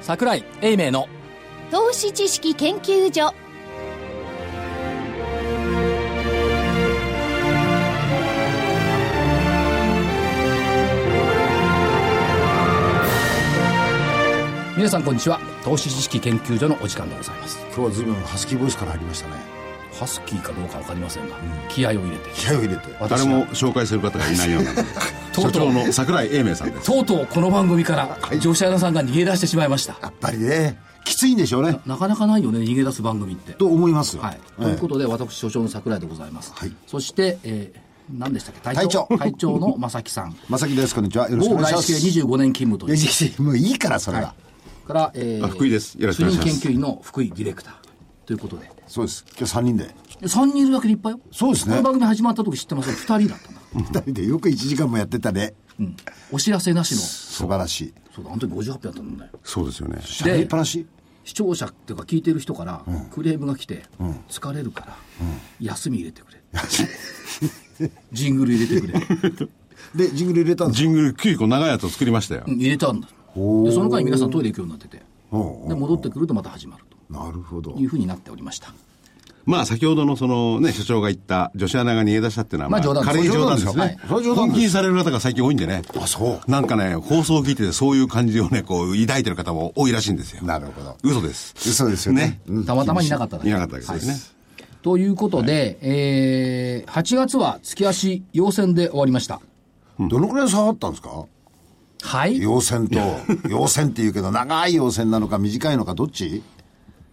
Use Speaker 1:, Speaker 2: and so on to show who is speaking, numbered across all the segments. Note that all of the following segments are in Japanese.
Speaker 1: 桜井英明の
Speaker 2: 投資知識研究所
Speaker 1: 皆さんこんにちは投資知識研究所のお時間でございます
Speaker 3: 今日は随分ハスキーボイスから入りましたね
Speaker 1: ハスキーかどうかわかりませんが、気合を入れて
Speaker 3: 気合を入れて
Speaker 4: 誰
Speaker 1: 私は
Speaker 4: も紹介する方がいないようなので
Speaker 1: とうとう
Speaker 4: 所長の桜井英明さんです
Speaker 1: とうとうこの番組から女子アナさんが逃げ出してしまいました
Speaker 3: やっぱりねきついんでしょうね
Speaker 1: なかなかないよね逃げ出す番組って
Speaker 3: と思いますよ
Speaker 1: はい、
Speaker 3: ええ
Speaker 1: ということで私所長の桜井でございます、
Speaker 3: はい
Speaker 1: そして、えー何でしたっけ隊長
Speaker 3: 隊長
Speaker 1: の正木さ ん
Speaker 3: 正木ですこんにちはよろしくお
Speaker 1: 某
Speaker 3: 願いし
Speaker 1: 外
Speaker 3: ま
Speaker 1: 資系
Speaker 3: す
Speaker 1: 25年勤務という
Speaker 3: いやもういいからそれは、
Speaker 1: から、えー、
Speaker 4: あ福井ですよろしくお願いします
Speaker 1: 主任研究員の福井ディレクターということで
Speaker 3: そうです今日3人で
Speaker 1: 3人いるだけでいっぱいよ
Speaker 3: そうですね
Speaker 1: この番組始まった時知ってますよ2人だったんだ、
Speaker 3: 2人でよく1時間もやってたね
Speaker 1: うん、お知らせなしのそ
Speaker 3: 素晴らしいう
Speaker 1: だあの時58分だったんだよ
Speaker 4: そうですよね
Speaker 3: しゃべりっぱなし
Speaker 1: 視聴者っていうか聞いてる人からクレームが来て、疲れるから、休み入れてくれ ジングル入れてくれ、
Speaker 3: でジングル入れたんです
Speaker 4: ジングル9個長いやつを作りましたよ、
Speaker 1: うん入れたんだでその間に皆さんトイレ行くようになってて
Speaker 3: おうおう
Speaker 1: で戻ってくるとまた始まる
Speaker 3: なるほど
Speaker 1: というふうになっておりました
Speaker 4: まあ先ほどのそのね所長が言った女子アナが逃げ出したっていうのは
Speaker 1: まあ冗談です
Speaker 4: 軽い冗談です
Speaker 3: それ冗談
Speaker 4: ね
Speaker 3: ですよ
Speaker 4: 本
Speaker 3: それ冗談です
Speaker 4: 気にされる方が最近多いんでね
Speaker 3: あそ
Speaker 4: なんかね放送を聞いててそういう感じをねこう抱いてる方も多いらしいんですよ
Speaker 3: うなるほど
Speaker 4: 嘘です
Speaker 3: 嘘ですよね
Speaker 4: ね
Speaker 3: うん
Speaker 1: たまたまいなかっただけ
Speaker 4: いなかったわけですね、
Speaker 1: ということで、えー、8月は月足陽線で終わりました
Speaker 3: どのくらい差があったんですか
Speaker 1: はい
Speaker 3: 陽線と陽線って言うけど長い陽線なのか短いのかどっち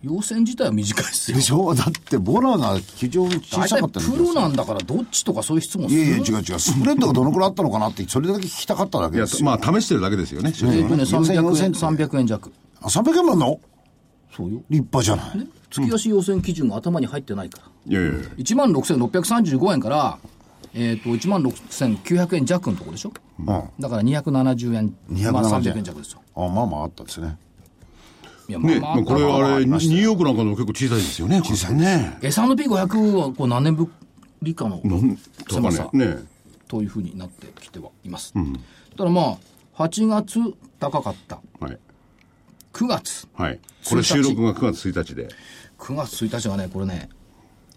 Speaker 1: 陽線自体は短いですよ
Speaker 3: でしょだってボラが非常に小
Speaker 1: 大
Speaker 3: さ
Speaker 1: 体
Speaker 3: かったん
Speaker 1: プ
Speaker 3: ですよ
Speaker 1: ロなんだからどっちとかそういう質問す
Speaker 3: い
Speaker 1: る
Speaker 3: やいや違う違うスプレッドがどのくらいあったのかなってそれだけ聞きたかっただけ
Speaker 4: いや
Speaker 3: ですよ
Speaker 4: まあ試してるだけですよね所
Speaker 1: え
Speaker 4: 長
Speaker 1: っとね300
Speaker 3: 4000
Speaker 1: 円300円弱
Speaker 3: あ300円もあんの
Speaker 1: そうよ
Speaker 3: 立派じゃない
Speaker 1: 月足陽線基準が頭に入ってないから
Speaker 4: いやいやいや
Speaker 1: 1万6635円から、えっと1万6900円弱のところでしょ
Speaker 3: うん
Speaker 1: だから270円
Speaker 3: 270
Speaker 1: まあ、300円弱ですよ
Speaker 3: あまあまああったですね
Speaker 1: いや
Speaker 4: ね、まあこれはあれ、
Speaker 3: り
Speaker 4: ニ
Speaker 3: ま
Speaker 4: ュ
Speaker 3: した
Speaker 4: ーヨークなんかでも結構小さいですよね。小さいね。
Speaker 1: S&P500 はこう何年ぶりかの
Speaker 4: とか
Speaker 1: 狭さ
Speaker 4: ね。ね。
Speaker 1: というふうになってきてはいます、ただまあ8月高かった
Speaker 4: はい。
Speaker 1: 9月
Speaker 4: はい。これ収録が9月1日で。
Speaker 1: 9月1日がねこれね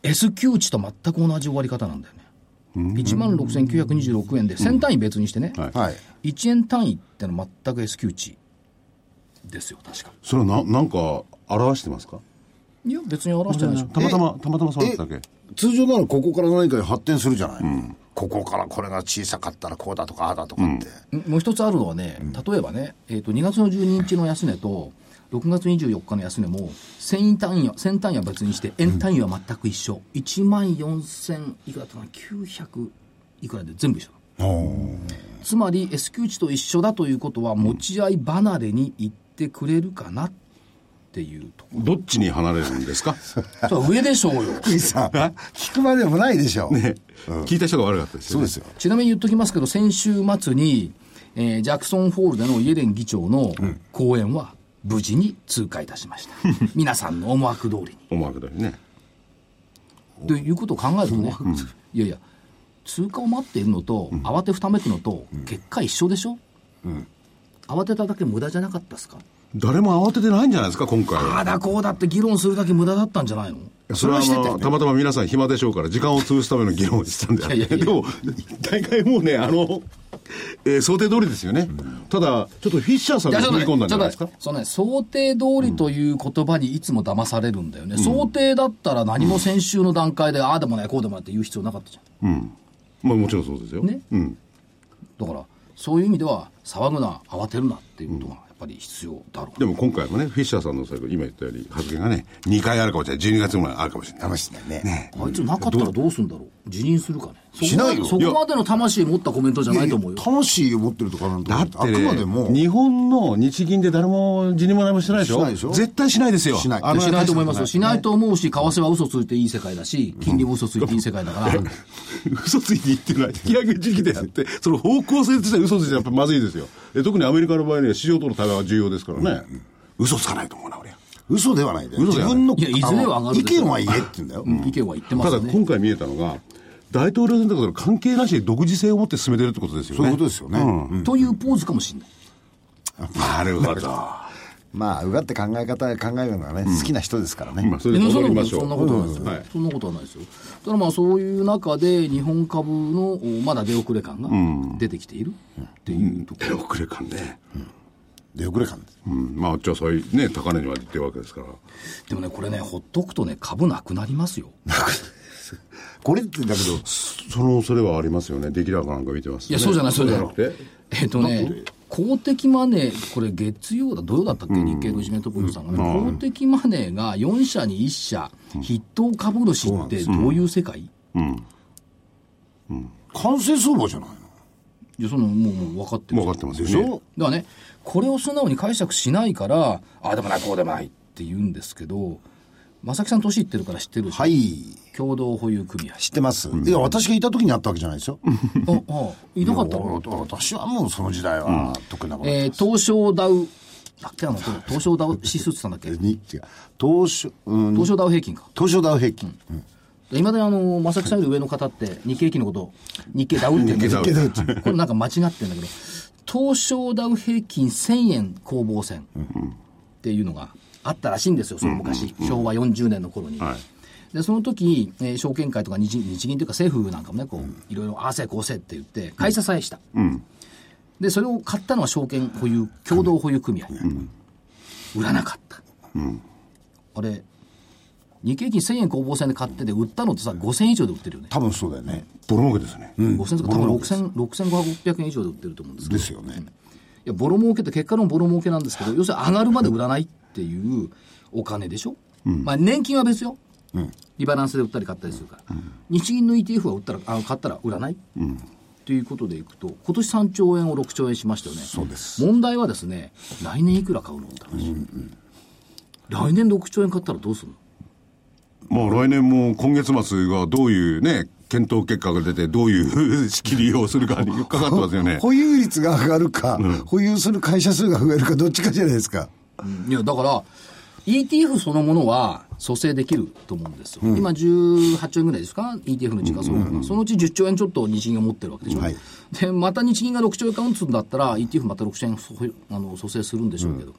Speaker 1: S q 値と全く同じ終わり方なんだよね1万6926円で1000単位別にしてね、
Speaker 4: はい。
Speaker 3: はい
Speaker 1: 1円単位ってのは全く S q 値ですよ確か
Speaker 4: それはな、なんか、表してますか
Speaker 1: いや別に表してないでしょ
Speaker 4: たまたま、たまたまそうだっただけ。
Speaker 3: 通常ならここから何かに発展するじゃない、ここからこれが小さかったらこうだとかああだとかって、
Speaker 1: もう一つあるのはね、例えばね、えー、と2月の12日の安値と、6月24日の安値も、1000単位は、1000単位は別にして、円単位は全く一緒。1万4000いくらだったかな、900いくらで全部一緒。つまり S q 値と一緒だということは、持ち合い離れに行ってくれるかなっていう とこ
Speaker 4: どっちに離れるんですか
Speaker 1: ろ。それは上でしょうよ。
Speaker 3: 福井さん聞くまでもないでしょ、
Speaker 4: ね聞いた人が悪かったです
Speaker 3: そ
Speaker 4: よ
Speaker 3: う
Speaker 4: ね。
Speaker 3: ですよ
Speaker 1: ちなみに言っときますけど、先週末に、えージャクソンホールでのイエレン議長の講演は、無事に通過いたし ました。皆さんの思惑通りに。
Speaker 4: 思惑通りね。
Speaker 1: ということを考えるとね、いやいや、通過を待っているのと、慌てふためくのと、結果一緒でしょ、慌てただけ無駄じゃなかったですか
Speaker 4: 誰も慌ててないんじゃないですか、今回
Speaker 1: あ
Speaker 4: は。
Speaker 1: あだこうだって議論するだけ無駄だったんじゃないの
Speaker 4: それはあ
Speaker 3: それはしてたよ
Speaker 4: の、
Speaker 3: ね
Speaker 4: たまたま皆さん暇でしょうから、時間を潰すための議論をしてたんであっ
Speaker 1: いやいや
Speaker 4: て。
Speaker 1: いや
Speaker 4: でも、大概もうね、あの、えー想定通りですよね。ただ、ちょっとフィッシャーさんが
Speaker 1: ちょっと
Speaker 4: 踏み
Speaker 1: ね
Speaker 4: 込んだん
Speaker 1: ち
Speaker 4: じ
Speaker 1: ょ
Speaker 4: ゃ
Speaker 1: っ
Speaker 4: な
Speaker 1: と
Speaker 4: いですか
Speaker 1: ね。そのね、想定通りという言葉にいつも騙されるんだよね、想定だったら何も先週の段階で、ああでもない、こうでもないって言う必要なかったじゃん。
Speaker 4: まあもちろんそうですよ。
Speaker 1: ね
Speaker 4: うん。
Speaker 1: だからそういう意味では騒ぐな慌てるなっていうことがやっぱり必要だろう、
Speaker 4: でも今回もね、フィッシャーさんの最後、今言ったように発言がね、2回あるかもしれない。12月もあるかもしれない。
Speaker 3: 試してないね
Speaker 1: あいつなかったらどうするんだろう辞任するかね
Speaker 3: しないよ
Speaker 1: そこまでそこまでの魂持ったコメントじゃないと思うよ
Speaker 3: 魂を持ってるとかなんて
Speaker 4: だ
Speaker 3: あ
Speaker 4: って、
Speaker 3: く
Speaker 4: ね、
Speaker 3: までも
Speaker 4: 日本の日銀で誰も辞任も何もしてないでしょ
Speaker 3: しないでしょ
Speaker 4: 絶対しないですよ。
Speaker 3: しない
Speaker 4: あの
Speaker 1: しないと思いますよ。
Speaker 4: 大し
Speaker 1: しないと思うし、為替は嘘ついていい世界だし、金利も嘘ついていい世界だ から、
Speaker 4: た嘘ついていいっていうのは引き上げ時期であって、その方向性としては嘘ついてやっぱまずいですよ。で特にアメリカの場合には市場との対話が重要ですからね。嘘つかないと思うな、俺は。
Speaker 3: 嘘ではないで
Speaker 4: 嘘で
Speaker 3: 自
Speaker 4: はない
Speaker 3: 分の
Speaker 1: いやいずれは上がる
Speaker 3: 意
Speaker 1: でしょ
Speaker 3: 見は言えって言うんだよ、
Speaker 1: 意見は言ってま
Speaker 4: た
Speaker 1: す
Speaker 4: だ
Speaker 1: よね。
Speaker 4: 今回見えたのが、大統領選挙との関係なしに独自性を持って進めてるってことですよね。
Speaker 3: そういうことですよね、うん
Speaker 1: というポーズかもしれない。
Speaker 4: なるほど。
Speaker 3: まあうがって考え方考えるのはね、好きな人ですからね、
Speaker 4: まあ、それ
Speaker 1: え
Speaker 4: で
Speaker 1: そ
Speaker 4: 戻り
Speaker 1: んな
Speaker 4: ま
Speaker 1: こと
Speaker 4: しょう。
Speaker 1: そんなことないですよ、
Speaker 4: はい
Speaker 1: そんなことはないですよただまあそういう中で日本株のおまだ出遅れ感が出てきているっていうとこ
Speaker 4: 手遅れ感ね。
Speaker 5: 出遅れ感です
Speaker 4: うん。まあ、じゃあ、そういうね、高値にまで行ってるわけですから。
Speaker 1: でもねこれねほっとくとね株なくなります よ
Speaker 3: これってだけど
Speaker 4: その恐れはありますよね。出来高なんか見てます、
Speaker 1: いやそうじゃないそうじゃ
Speaker 4: な
Speaker 1: ない
Speaker 4: くて。
Speaker 1: えっとね公的マネー、これ、月曜だ、土曜だったっけ、日経のジメントポイントさんがね、公的マネーが4社に1社、筆頭株主ってどういう世界、
Speaker 5: 完成相場じゃないの
Speaker 1: いやそのもうもう分かってる
Speaker 4: もう分かってますよね。
Speaker 1: だからね、これを素直に解釈しないから、ああでもない、こうでもないって言うんですけど、正木さん、年いってるから知ってるでしょ、
Speaker 5: はい
Speaker 1: 共同保有組合。
Speaker 3: 知ってます、
Speaker 5: いや私がいた時にあったわけじゃないですよ
Speaker 1: ああ、いなかった
Speaker 5: いやだから私はもうその時代は得意なこと
Speaker 1: えー、東証ダウ、だっけあの、これ東証ダウ指数って言ったんだっけ、
Speaker 3: に違う東証うん
Speaker 1: 東証ダウ平均か。
Speaker 3: 東証ダウ平均、うん
Speaker 1: いまだにあの、正木さんより上の方って、日経平均のこと、日経ダウって言うんだけど
Speaker 4: 日経ダウ
Speaker 1: これなんか間違ってるんだけど、東証ダウ平均1000円攻防戦っていうのがあったらしいんですよ、その昔、昭和40年の頃に。
Speaker 4: はい。
Speaker 1: でその時、えー証券会とか日日銀というか政府なんかもねこう、いろいろああせこうせって言って買い支えした、でそれを買ったのは証券保有共同保有組合、売らなかった、あれ日経平均1000円攻防戦で買ってて売ったのってさ5000円以上で売ってるよね、
Speaker 3: 多分そうだよね
Speaker 4: ボロ儲けですね。
Speaker 1: 5000とか多分6000 6500円以上で売ってると思うんですけど
Speaker 3: ですよね、
Speaker 1: いやボロ儲けって結果のボロ儲けなんですけど要するに上がるまで売らないっていうお金でしょ、まあ、年金は別よ、リバランスで売ったり買ったりするから、日銀の ETF は売ったらあ買ったら売らない、ということでいくと今年3兆円を6兆円しましたよねそうです問題はですね来年いくら買うのって話、来年6兆円買ったらどうするの
Speaker 4: まあ、来年も今月末がどういうね、検討結果が出て、どういう仕切りをするかにかかってますよね。
Speaker 3: 保有率が上がるか、保有する会社数が増えるかどっちかじゃないですか
Speaker 1: いやだから ETF そのものは蘇生できると思うんですよ、今18兆円ぐらいですか ETF の時価総額が、そのうち10兆円ちょっと日銀が持ってるわけでしょ、
Speaker 3: はい
Speaker 1: でまた日銀が6兆円買うんつうんだったら ETF また6兆円そあの蘇生するんでしょうけど、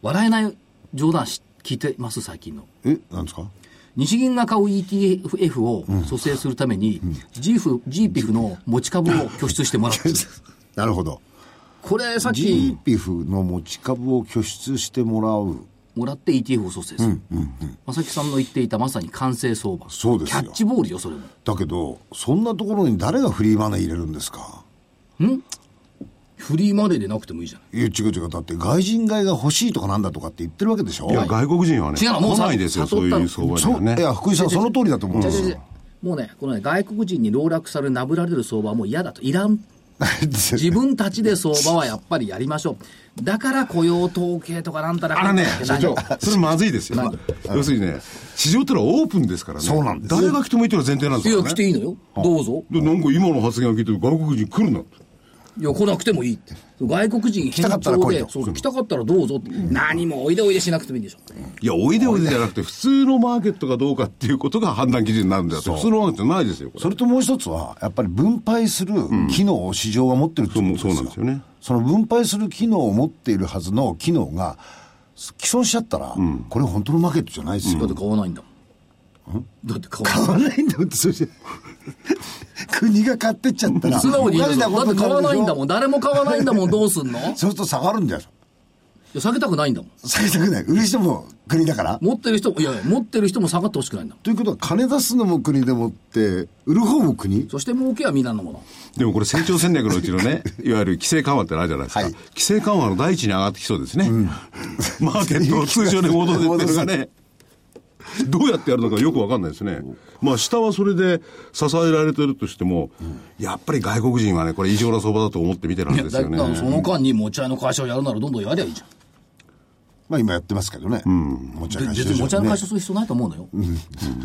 Speaker 1: 笑えない冗談し聞いてます最近の
Speaker 3: えなんですか
Speaker 1: 日銀が買う ETF を蘇生するために、GF GPIF の持ち株を拠出してもらってる
Speaker 3: なるほど
Speaker 1: これさっき
Speaker 3: GPIF の持ち株を拠出してもらう
Speaker 1: もらって ETF を蘇生する。正木さんの言っていたまさに完成相場。
Speaker 3: そうですよ
Speaker 1: キャッチボールよ、それも。
Speaker 3: だけどそんなところに誰がフリーマネー入れるんですか
Speaker 1: フリーマネーでなくてもいいじゃない。
Speaker 3: いや違う違うだって外人買いが欲しいとかなんだとかって言ってるわけでしょ
Speaker 4: いや、外国人はね、
Speaker 1: 違うのもう
Speaker 4: 来ないですよ、
Speaker 1: 悟
Speaker 4: そ
Speaker 1: っ
Speaker 4: う
Speaker 1: た
Speaker 4: い
Speaker 1: の
Speaker 4: う相場に
Speaker 3: そ
Speaker 4: は
Speaker 3: う
Speaker 4: ね
Speaker 3: い。や福井さんその通りだと思うん
Speaker 1: じゃ
Speaker 3: で
Speaker 1: あ
Speaker 3: す
Speaker 1: じゃあじ
Speaker 3: よ
Speaker 1: ゃあもうね、このね、外国人に籠絡され、なぶられる相場はもう嫌だと。いら ん。自分たちで相場はやっぱりやりましょう。だから雇用統計とかなんたら
Speaker 4: あらね、社長
Speaker 1: 何、
Speaker 4: それまずいですよ。要するにね、市場ってのはオープンですからね。
Speaker 3: そうなんです
Speaker 4: 誰が来てもいいっていうのは前提なんで
Speaker 1: い
Speaker 4: す
Speaker 1: や、
Speaker 4: よ、ね。
Speaker 1: 来ていいのよ。どうぞ。
Speaker 4: でなんか今の発言を聞いて外国人来るなって。
Speaker 1: いや、来なくてもいいって。外国人
Speaker 3: た
Speaker 1: 返
Speaker 3: かったら来
Speaker 1: 上
Speaker 3: い
Speaker 1: で、
Speaker 3: と
Speaker 1: そうそう、来たかったらどうぞって。何もおいでおいでしなくてもいいんでしょ。
Speaker 4: いや、おいでおいでじゃなくて、普通のマーケットかどうかっていうことが判断基準になるんだよ。普通のマーケットないですよ、これ。
Speaker 3: それともう一つはやっぱり分配する機能を市場が持ってるってことですよ、
Speaker 4: そうそうなんですよね
Speaker 3: その分配する機能を持っているはずの機能が既存しちゃったら、これ本当のマーケットじゃないですよ、
Speaker 1: だって買わないんだもん。だって買わない。
Speaker 3: 買わないんだもん ってそれじゃ国が買ってっちゃった ら
Speaker 1: 素直に言う
Speaker 3: おかし
Speaker 1: だ
Speaker 3: なこ
Speaker 1: だっ
Speaker 3: と
Speaker 1: て
Speaker 3: にな
Speaker 1: 買
Speaker 3: る
Speaker 1: わ
Speaker 3: でし
Speaker 1: ない
Speaker 3: ょ
Speaker 1: ん だもん誰も買わないんだもんどうすんの い
Speaker 3: そうすると下がるんだよ
Speaker 1: や下げたくないんだもん
Speaker 3: 下げたくない売る人も国だから
Speaker 1: 持ってる人もいやいや持ってる人も下がってほしくないんだもん
Speaker 3: ということは金出すのも国でもって売る方も国
Speaker 1: そして儲けはみんなのもの
Speaker 4: でもこれ成長戦略のうち のね、いわゆる規制緩和ってのあるじゃないですか。
Speaker 3: はい
Speaker 4: 規制緩和の第一に上がってきそうですね。マーケットを通常に戻せっていうのがね。どうやってやるのかよくわかんないですね。まあ下はそれで支えられてるとしても、やっぱり外国人はね、これ異常な相場だと思って見てるん
Speaker 1: いや
Speaker 4: です
Speaker 1: だ
Speaker 4: よ
Speaker 1: か
Speaker 4: ね。
Speaker 1: らその間に持ち合いの会社をやるならどんどんやりゃいいじゃん
Speaker 3: まあ今やってますけどね、持ち合い
Speaker 1: で
Speaker 3: 会
Speaker 1: 別
Speaker 3: 社
Speaker 1: に持ち合いの会社
Speaker 3: ね
Speaker 1: する必要ないと思うのよ、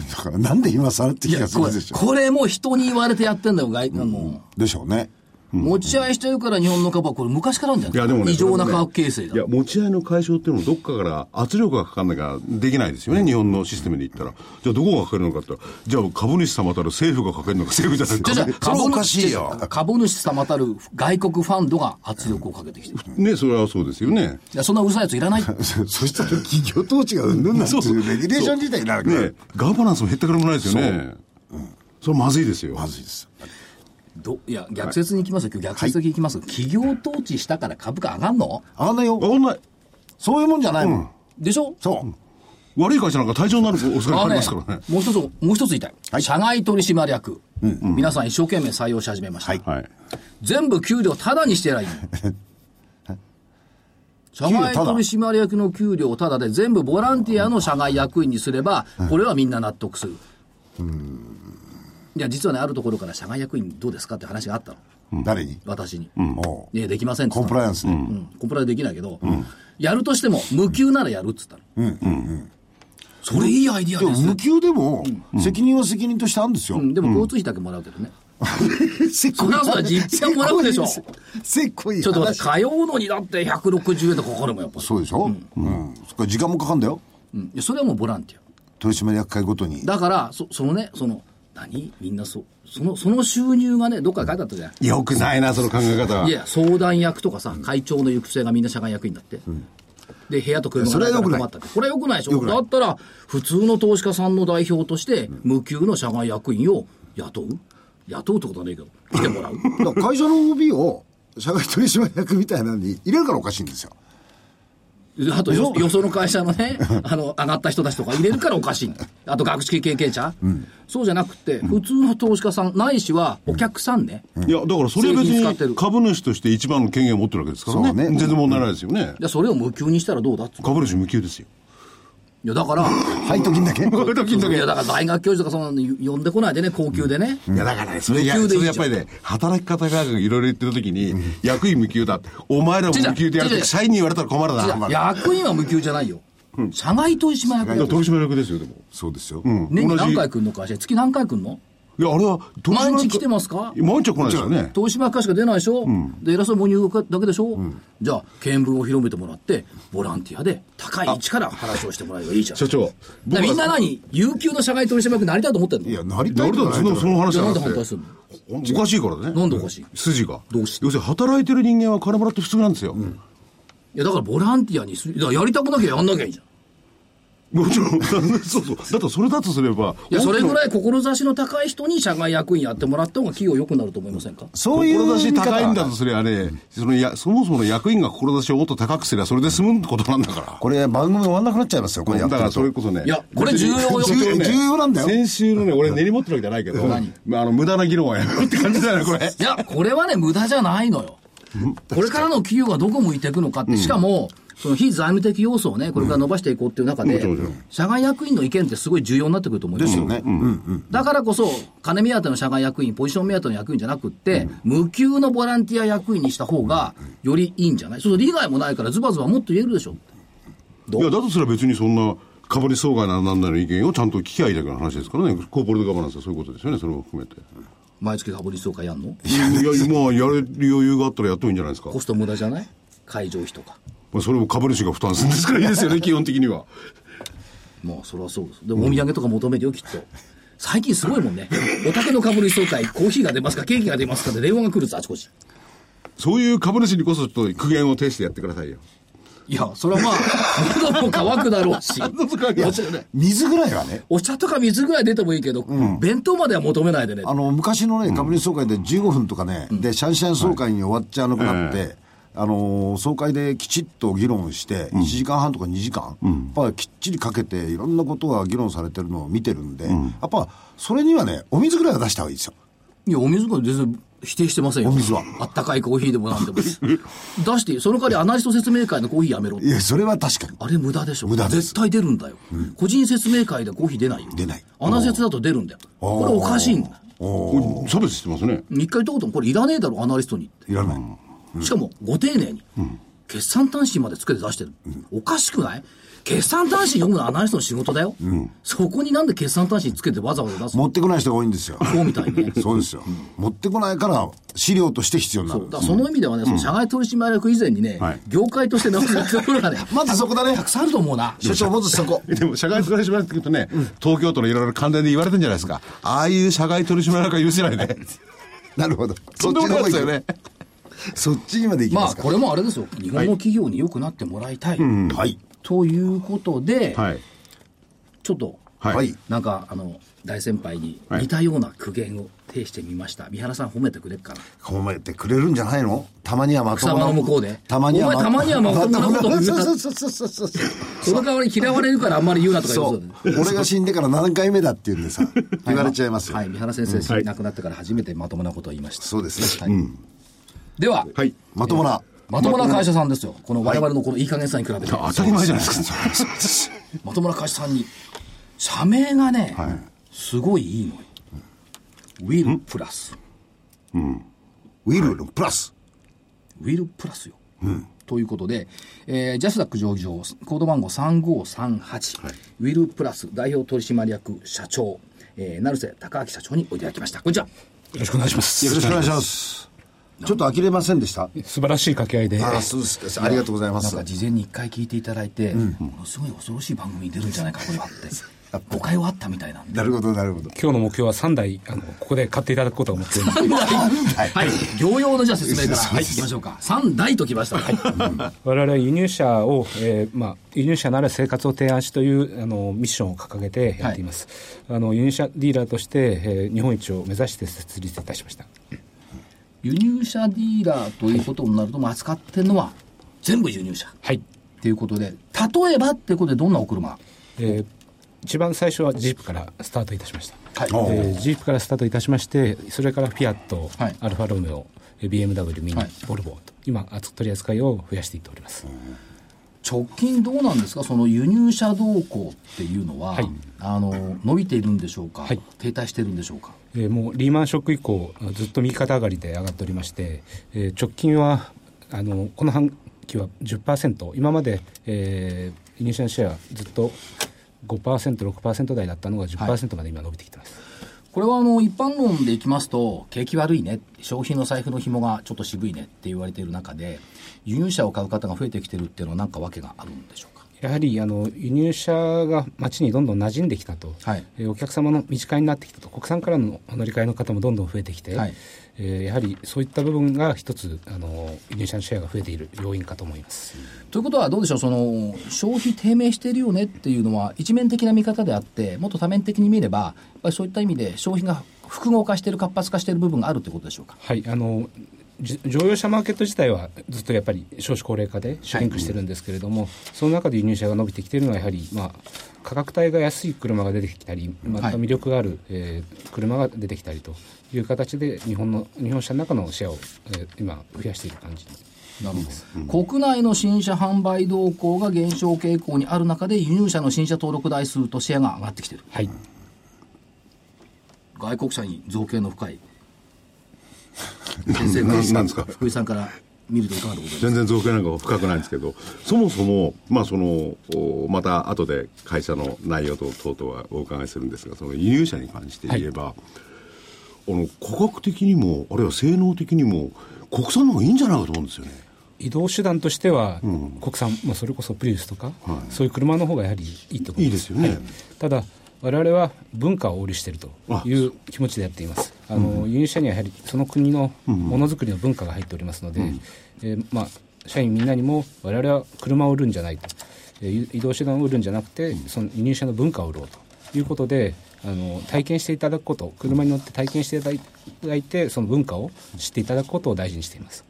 Speaker 3: だからなんで今更って
Speaker 1: い
Speaker 3: 気
Speaker 1: や
Speaker 3: がす
Speaker 1: こ
Speaker 3: る
Speaker 1: れ
Speaker 3: でしょ
Speaker 1: これも人に言われてやってんだよ外、あの
Speaker 3: でしょうね
Speaker 1: 持ち合いしてるから日本の株はこれ昔からあるんじゃない
Speaker 4: いやでもね、
Speaker 1: 異常な価
Speaker 4: それもね
Speaker 1: 格形成だ
Speaker 4: い。や、持ち合いの解消っていうのも、どっかから圧力がかかんなきゃできないですよね、日本のシステムで言ったら。じゃあ、どこがかけるのかって言ったら、じゃあ、株主様たる政府がかけるのか、政府じゃない
Speaker 1: じゃあじゃ
Speaker 4: か。
Speaker 1: あ株主
Speaker 3: おかしいよ
Speaker 1: じゃあ株主様たる外国ファンドが圧力をかけてきてる。
Speaker 4: ね、それはそうですよね。
Speaker 1: いやそんなうるさいやついらない。
Speaker 3: そしたら企業統治がうんぬんなんていうレギュレーション自体になるから、
Speaker 4: ね、ガバナンスも減ったくれもないですよね。それまずいですよ。
Speaker 3: まずいです。
Speaker 1: どいや、逆説に行きますよ。今日逆説的に行きますよ、企業統治したから株価上がんの
Speaker 3: あんなよ
Speaker 4: あ、。こんな、
Speaker 3: そういうもんじゃないもん。
Speaker 1: でしょ
Speaker 3: そう。
Speaker 4: 悪い会社なんか退場になるおそれがありますからね。
Speaker 1: もう一つ、もう一つ言いたい。社外取締役、皆さん一生懸命採用し始めました。
Speaker 4: はい。
Speaker 1: 全部給料タダにしてないいの 社外取締役の給料をタダで全部ボランティアの社外役員にすれば、これはみんな納得する。いや、実はね、あるところから社外役員どうですかって話があったの。
Speaker 3: 誰に、
Speaker 1: 私に。
Speaker 3: もう、
Speaker 1: いや、できませんっつ
Speaker 3: コ
Speaker 1: っ
Speaker 3: ン
Speaker 1: た
Speaker 3: プ
Speaker 1: の
Speaker 3: ライアンスね。
Speaker 1: うん、コンプライできないけど、やるとしても、無給ならやるっつったの。それいいアイディア
Speaker 3: でも
Speaker 1: ですね
Speaker 3: 無給でも、責任は責任としてあるんですよ。
Speaker 1: うん、でも交通費だけもらうけどね。
Speaker 3: せっ
Speaker 1: こいそりゃそうだ実費はもらうでしょ
Speaker 3: せっこいい話
Speaker 1: ちょっと待って、通うのにだって160円とかかかるもん、やっぱり。
Speaker 3: そうでしょ、うんそっから時間もかかるんだよ。
Speaker 1: うん、いやそれはもうボランティア。
Speaker 3: 取締役会ごとに。
Speaker 1: だから、そそのね、その、何みんなそ、その、その収入がね、どっかに書いてあったじゃん。。
Speaker 4: よくないな、その考え方はい
Speaker 1: やいや、相談役とかさ、会長の行く末がみんな社会役員だって。で、部屋と車がないから困ったって。これは良くないでしょだったら、普通の投資家さんの代表として、無給の社外役員を雇う雇うってことはねえけど、来てもらう。
Speaker 3: だから会社の OB を社外取締役みたいなのに入れるからおかしいんですよ。
Speaker 1: あとよ、よその会社のね、あの、上がった人たちとか入れるからおかしいんだ。あと、学識経験者。そうじゃなくて、普通の投資家さん、ないしは、お客さんね。
Speaker 4: いや、だからそれは別
Speaker 1: 製品使ってる
Speaker 4: に株主として一番の権限を持ってるわけですからね。
Speaker 3: そうね
Speaker 4: 全然問題ないですよね。
Speaker 1: でそれを無給にしたらどうだっつう
Speaker 4: 株主無給ですよ。
Speaker 1: いや、だから、
Speaker 3: 配当金だけ。
Speaker 4: これだけ言っと
Speaker 1: い
Speaker 4: け
Speaker 1: や、だから大学教授とかそんなの呼んでこないでね、高級でね。
Speaker 4: いやだからね、それ
Speaker 1: 無
Speaker 4: いや
Speaker 1: 給
Speaker 4: そ
Speaker 1: でいい
Speaker 4: れ
Speaker 1: じゃ
Speaker 4: や
Speaker 1: ん
Speaker 4: っぱりね、働き方改革いろいろ言ってる時に、役員無給だって、お前らも無給でやる
Speaker 1: 違う違
Speaker 4: と
Speaker 1: う
Speaker 4: 社員に言われたら困るな。
Speaker 1: じゃあ
Speaker 4: 困る
Speaker 1: 役員は無給じゃないよ。社外取締役
Speaker 4: い
Speaker 1: だ
Speaker 4: や
Speaker 1: よ。
Speaker 4: 取締役ですよ、でも。
Speaker 3: そうですよ。
Speaker 4: うん
Speaker 1: 年に
Speaker 4: 同じ
Speaker 1: 何回来んの会社月何回来んの
Speaker 4: いや、あれは取締役、
Speaker 1: 毎日来てますか
Speaker 4: 毎日は来ないですよね。
Speaker 1: 投資ばっかしか出ないでしょ、で偉そうに文入だけでしょ、じゃあ見聞を広めてもらってボランティアで高い位置から話をしてもらえばいいじゃん
Speaker 4: 所長、
Speaker 1: だからみんな
Speaker 4: な
Speaker 1: 何有給の社外取締役になりたいと思ってんの
Speaker 3: いや、なりたい
Speaker 4: 俺
Speaker 3: と
Speaker 4: だ
Speaker 3: か
Speaker 4: っ
Speaker 3: ない
Speaker 4: てそのその
Speaker 1: じ
Speaker 4: 話じ
Speaker 1: ゃあ
Speaker 4: ゃ
Speaker 1: な
Speaker 4: なんく
Speaker 1: で反
Speaker 4: て
Speaker 1: 対するの
Speaker 4: おかしいからね。
Speaker 1: なんでおかしい
Speaker 4: 筋が。
Speaker 1: どうして
Speaker 4: 要するに働いてる人間は金もらって普通なんですよ。
Speaker 1: いやだからボランティアにするだからやりたくなきゃやんなきゃいいじゃん
Speaker 4: もちろん、 そうそう。だとそれだとすれば、
Speaker 1: いやそれぐ
Speaker 4: い。
Speaker 1: らい志の高い人に社外役員やってもらった方が企業良くなると思いませんか
Speaker 3: そういう見
Speaker 4: 志
Speaker 3: 方
Speaker 4: 高いんだとすればね、そのやそもそもの役員が志をもっと高くすればそれで済むことなんだから。
Speaker 3: これ番組終わんなくなっちゃいますよ、これやっ
Speaker 4: だ
Speaker 3: て
Speaker 4: から
Speaker 3: る
Speaker 4: それ
Speaker 3: と。
Speaker 4: こそね。
Speaker 1: いやこれ重要 よ
Speaker 3: 重要重要なんだよ
Speaker 4: 先週のね、俺練り持ってるわけじゃないけど、まあ、あの、無駄な議論はやめろって感じだよね、これ。
Speaker 1: いや、これはね、無駄じゃないのよ。これからの企業がどこ向いていくのかって、しかも、その非財務的要素をね、これから伸ばしていこうっていう中で、社外役員の意見ってすごい重要になってくると思いま
Speaker 3: ですす
Speaker 1: よ
Speaker 3: よ。ね。うんうん。
Speaker 1: だからこそ、金目当ての社外役員、ポジション目当ての役員じゃなくって、無給のボランティア役員にした方が、よりいいんじゃないそうすると利害もないから、ズバズバもっと言えるでしょ。
Speaker 4: いや、だとすれば別にそんな、株主総会ななんなの意見をちゃんと聞き合いだけの話ですからね、コーポレートガバナンスはそういうことですよね、それを含めて。
Speaker 1: 毎月株主総会やんの
Speaker 4: いや、まあ、やれる余裕があったらやってもいいんじゃないですか
Speaker 1: コ。スト無駄じゃない会場費とか。
Speaker 4: まあ、それも株主が負担するんですからいいですよね、基本的には。
Speaker 1: まあそれはそうですでもお土産とか求めるよきっと最近すごいもんねお宅の株主総会コーヒーが出ますかケーキが出ますかで電話が来るぞあちこち
Speaker 4: そういう株主にこそちょっと苦言を呈してやってくださいよ。
Speaker 1: いやそれはまあ喉も乾くだろう しもちろんね
Speaker 3: 水ぐらいはね、
Speaker 1: お茶とか水ぐらい出てもいいけど、弁当までは求めないでね
Speaker 3: あの、昔のね、株主総会で15分とかね、で、シャンシャン総会に終わっちゃわなくなって、あのー総会できちっと議論して、1時間半とか2時間、やっぱりきっちりかけて、いろんなことが議論されてるのを見てるんで、やっぱ、それにはね、お水ぐらいは出した方がいいですよ。
Speaker 1: いやお水が全然否定してませんよ
Speaker 3: お水は
Speaker 1: あったかいコーヒーでもなんでも 出してその代わりアナリスト説明会のコーヒーやめろ
Speaker 3: いや、それは確かに。
Speaker 1: あれ無駄でしょ
Speaker 3: 無駄で
Speaker 1: 絶
Speaker 3: す
Speaker 1: 対出るんだよ、個人説明会でコーヒー出ないよ
Speaker 3: 出ない
Speaker 1: 穴説だと出るんだよこれおかしいんだ
Speaker 4: これ差別してますね。
Speaker 1: 一回言ったこともこれいらねえだろアナリストに
Speaker 3: いらない。
Speaker 1: しかもご丁寧に、決算短信までつけて出してる、おかしくない決算端子読むのはアナリストの仕事だよ、そこになんで決算端子つけてわざわざ出すの
Speaker 3: 持ってこない人が多いんですよ。
Speaker 1: そうみたい ね
Speaker 3: そうですよ。持ってこないから資料として必要になる
Speaker 1: だ。からその意味ではね、その社外取締役以前にね、
Speaker 4: はい
Speaker 1: 業界として直すところ がね、
Speaker 3: まずそこだね
Speaker 1: た。くさんあると思うな。
Speaker 3: 所長、まずそこ。
Speaker 4: でも、社外取締役って言うとね、東京都のいろいろ関連で言われてんじゃないですか。ああいう社外取締役は許せないね。
Speaker 3: なるほど。
Speaker 4: と
Speaker 3: そ
Speaker 4: ん
Speaker 3: っ
Speaker 4: で
Speaker 3: ち
Speaker 4: も
Speaker 3: の
Speaker 4: ない
Speaker 3: 方
Speaker 4: です
Speaker 3: 行
Speaker 4: よ
Speaker 3: く
Speaker 4: ね。
Speaker 3: そっちにまで行き
Speaker 1: ま
Speaker 3: ま
Speaker 1: あ、
Speaker 3: すか。
Speaker 1: これもあれですよ。日本の企業に良くなってもらいたい。
Speaker 3: はい。
Speaker 1: ということで、
Speaker 4: はい。
Speaker 1: ちょっと、
Speaker 4: はい。
Speaker 3: はい
Speaker 1: なんか、あの、大先輩に
Speaker 4: はい
Speaker 1: 似たような苦言を呈してみました。三原さん褒めてくれっかな。
Speaker 3: 褒めてくれるんじゃないのたまにはまと
Speaker 1: 草
Speaker 3: もな
Speaker 1: 場の向こうで。
Speaker 3: たまには
Speaker 1: お前たまにはまともなことを言う
Speaker 3: そう
Speaker 1: な。
Speaker 3: そうそうそうそうそう。
Speaker 1: その代わり嫌われるからあんまり言うなとか言う
Speaker 3: そ
Speaker 1: そう
Speaker 3: う。俺が死んでから7回目だって言うんでさ、言われちゃいますよ
Speaker 1: は。い、三原先生、亡くなってから初めてまともなことを言いました。
Speaker 3: そうですね。
Speaker 1: はいでは、
Speaker 4: はい。
Speaker 3: まともな。
Speaker 1: まともな会社さんですよ。この我々のこのいい加減さんに比べて。
Speaker 4: 当たり前じゃないですか。
Speaker 1: まともな会社さんに、社名がね、すごいいいのよ。ウィルプラス。
Speaker 3: ウィルのプラス。
Speaker 1: ウィルプラスよ。ということで、えージャスダック上場、コード番号3538、ウィルプラス代表取締役社長、えー、成瀬隆明社長においでいただきました。こんにちは。
Speaker 6: よろしくお願いします。
Speaker 3: よろしくお願いします。ちょっと呆れませんでした
Speaker 6: 素晴らしい掛け合いで。
Speaker 3: あそうですか。ありがとうございま
Speaker 1: なん
Speaker 3: す
Speaker 1: か。事前に一回聞いていただいて、ものすごい恐ろしい番組に出るんじゃないか、これはって。誤解はあったみたいなんで。
Speaker 3: なるほど、なるほど。
Speaker 6: 今日の目標は3台、あの、ここで買っていただくことを目標 に。
Speaker 1: はい、業用のじゃあ説明から、はい、行きましょうか。3台ときました。
Speaker 6: 我々は輸入車を、えーまあ、輸入車なら生活を提案しというあのミッションを掲げてやっています、あの輸入車ディーラーとして、えー日本一を目指して設立いたしました
Speaker 1: 輸入車ディーラーということになると、まあ扱ってるのは全部輸入車っ
Speaker 6: はい、
Speaker 1: ていうことで、例えばってことでどんなお車
Speaker 6: えー一番最初はジープからスタートいたしました
Speaker 1: はい。
Speaker 3: おう
Speaker 6: えージープからスタートいたしましてそれからフィアット、
Speaker 1: はい
Speaker 6: アルファロメオえー BMW ミニ、
Speaker 1: はい
Speaker 6: ボルボと今あつ取り扱いを増やしていっております、
Speaker 1: 直近どうなんですか、その輸入車動向っていうのは、
Speaker 6: はい
Speaker 1: あの伸びているんでしょうか、
Speaker 6: はい
Speaker 1: 停滞しているんでしょうか。
Speaker 6: えーもうリーマンショック以降、ずっと右肩上がりで上がっておりまして、えー直近はあのこの半期は10%、今まで、えー、イニシャルシェア、ずっと5%、6%台だったのが10%まで今、伸びてきてます。
Speaker 1: これはあの一般論でいきますと、景気悪いね、消費の財布の紐がちょっと渋いねって言われている中で、輸入車を買う方が増えてきてるっていうのは、なんか訳があるんでしょうか。
Speaker 6: やはりあの輸入車が街にどんどん馴染んできたと、
Speaker 1: はい
Speaker 6: えーお客様の身近になってきたと、国産からのお乗り換えの方もどんどん増えてきて、
Speaker 1: はい
Speaker 6: えーやはりそういった部分が一つあの、輸入車のシェアが増えている要因かと思います。
Speaker 1: ということは、どうでしょう、その消費低迷しているよねっていうのは、一面的な見方であって、もっと多面的に見れば、やっぱりそういった意味で、消費が複合化している、活発化している部分があるということでしょうか。
Speaker 6: はい、あのじ乗用車マーケット自体はずっとやっぱり少子高齢化でシュリンクしてるんですけれども、その中で輸入車が伸びてきているのは、やはり、まあ、価格帯が安い車が出てきたり、また魅力がある、えー車が出てきたりという形で日本の、日本車の中のシェアを、えー今、増やしている感じ
Speaker 1: なるほど、国内の新車販売動向が減少傾向にある中で、輸入車の新車登録台数とシェアが上がってきている、
Speaker 6: はい、
Speaker 1: 外国車に造形の深い先生が
Speaker 4: ななんですか
Speaker 1: 福井さんから見るといかがでございますか
Speaker 4: 全然造形なんか深くないんですけど、そもそも、まあその、おまた後で会社の内容等々はお伺いするんですが、その輸入車に関して言えば、あの、価格的にも、あるいは性能的にも、国産の方がいいんじゃないかと思うんですよね。
Speaker 6: 移動手段としては、国産、まあ、それこそプリウスとか、そういう車の方がやはりいいと思
Speaker 4: い
Speaker 6: い
Speaker 4: い
Speaker 6: ま
Speaker 4: ですすよね。
Speaker 6: ただ我々は文化をお売りしているという気持ちでやっていますあの、輸入車にはやはりその国のものづくりの文化が入っておりますので、えーまあ、社員みんなにも我々は車を売るんじゃないと、えー移移動手段を売るんじゃなくてその輸入車の文化を売ろうということであの体験していただくこと車に乗って体験していただいてその文化を知っていただくことを大事にしています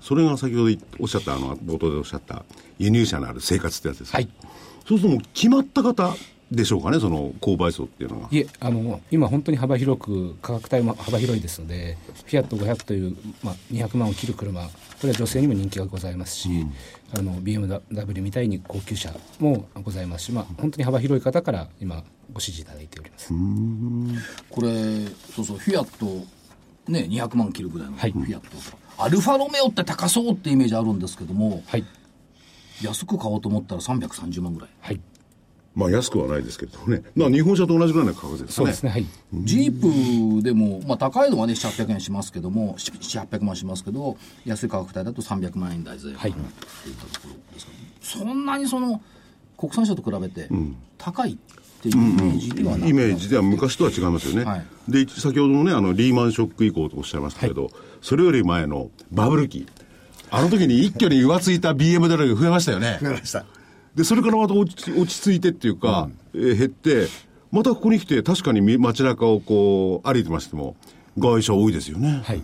Speaker 4: それが先ほどおっしゃった、あの、冒頭でおっしゃった、輸入車のある生活ってやつですね
Speaker 6: はい
Speaker 4: そうするともう決まった方でしょうかね、その購買層っていうのが。
Speaker 6: いえあの今、本当に幅広く価格帯も幅広いですのでフィアット500という、まあ、200万を切る車これは女性にも人気がございますし、あの BMW みたいに高級車もございますし、まあ、本当に幅広い方から今ご支持いただいております、
Speaker 1: これそうそうフィアットね200万切るぐらいのフ
Speaker 6: はい
Speaker 1: ィアット、アルファロメオって高そうってイメージあるんですけども
Speaker 6: はい
Speaker 1: 安く買おうと思ったら330万ぐらい、
Speaker 6: はい。
Speaker 4: まあ安くはないですけれどもね。まあ日本車と同じぐらいの価格です
Speaker 6: そう
Speaker 4: ね。
Speaker 6: ですね。はい。
Speaker 1: ジープでも、まあ、高いのはね700円しますけども700800万しますけど安い価格帯だと300万円台前後
Speaker 6: はい
Speaker 1: っていったところですかね、そんなにその国産車と比べて高いっていうイメージではなくなって
Speaker 4: イメージでは昔とは違いますよね、
Speaker 1: はい
Speaker 4: で先ほどもねあのリーマンショック以降とおっしゃいましたけど、それより前のバブル期あの時に一挙に浮ついた BMW が増えましたよね増えましたでそれからまた落ち落ち着いてっていうか、えー減ってまたここに来て確かにみ街中をこう歩いてましても外車多いですよね
Speaker 6: はい。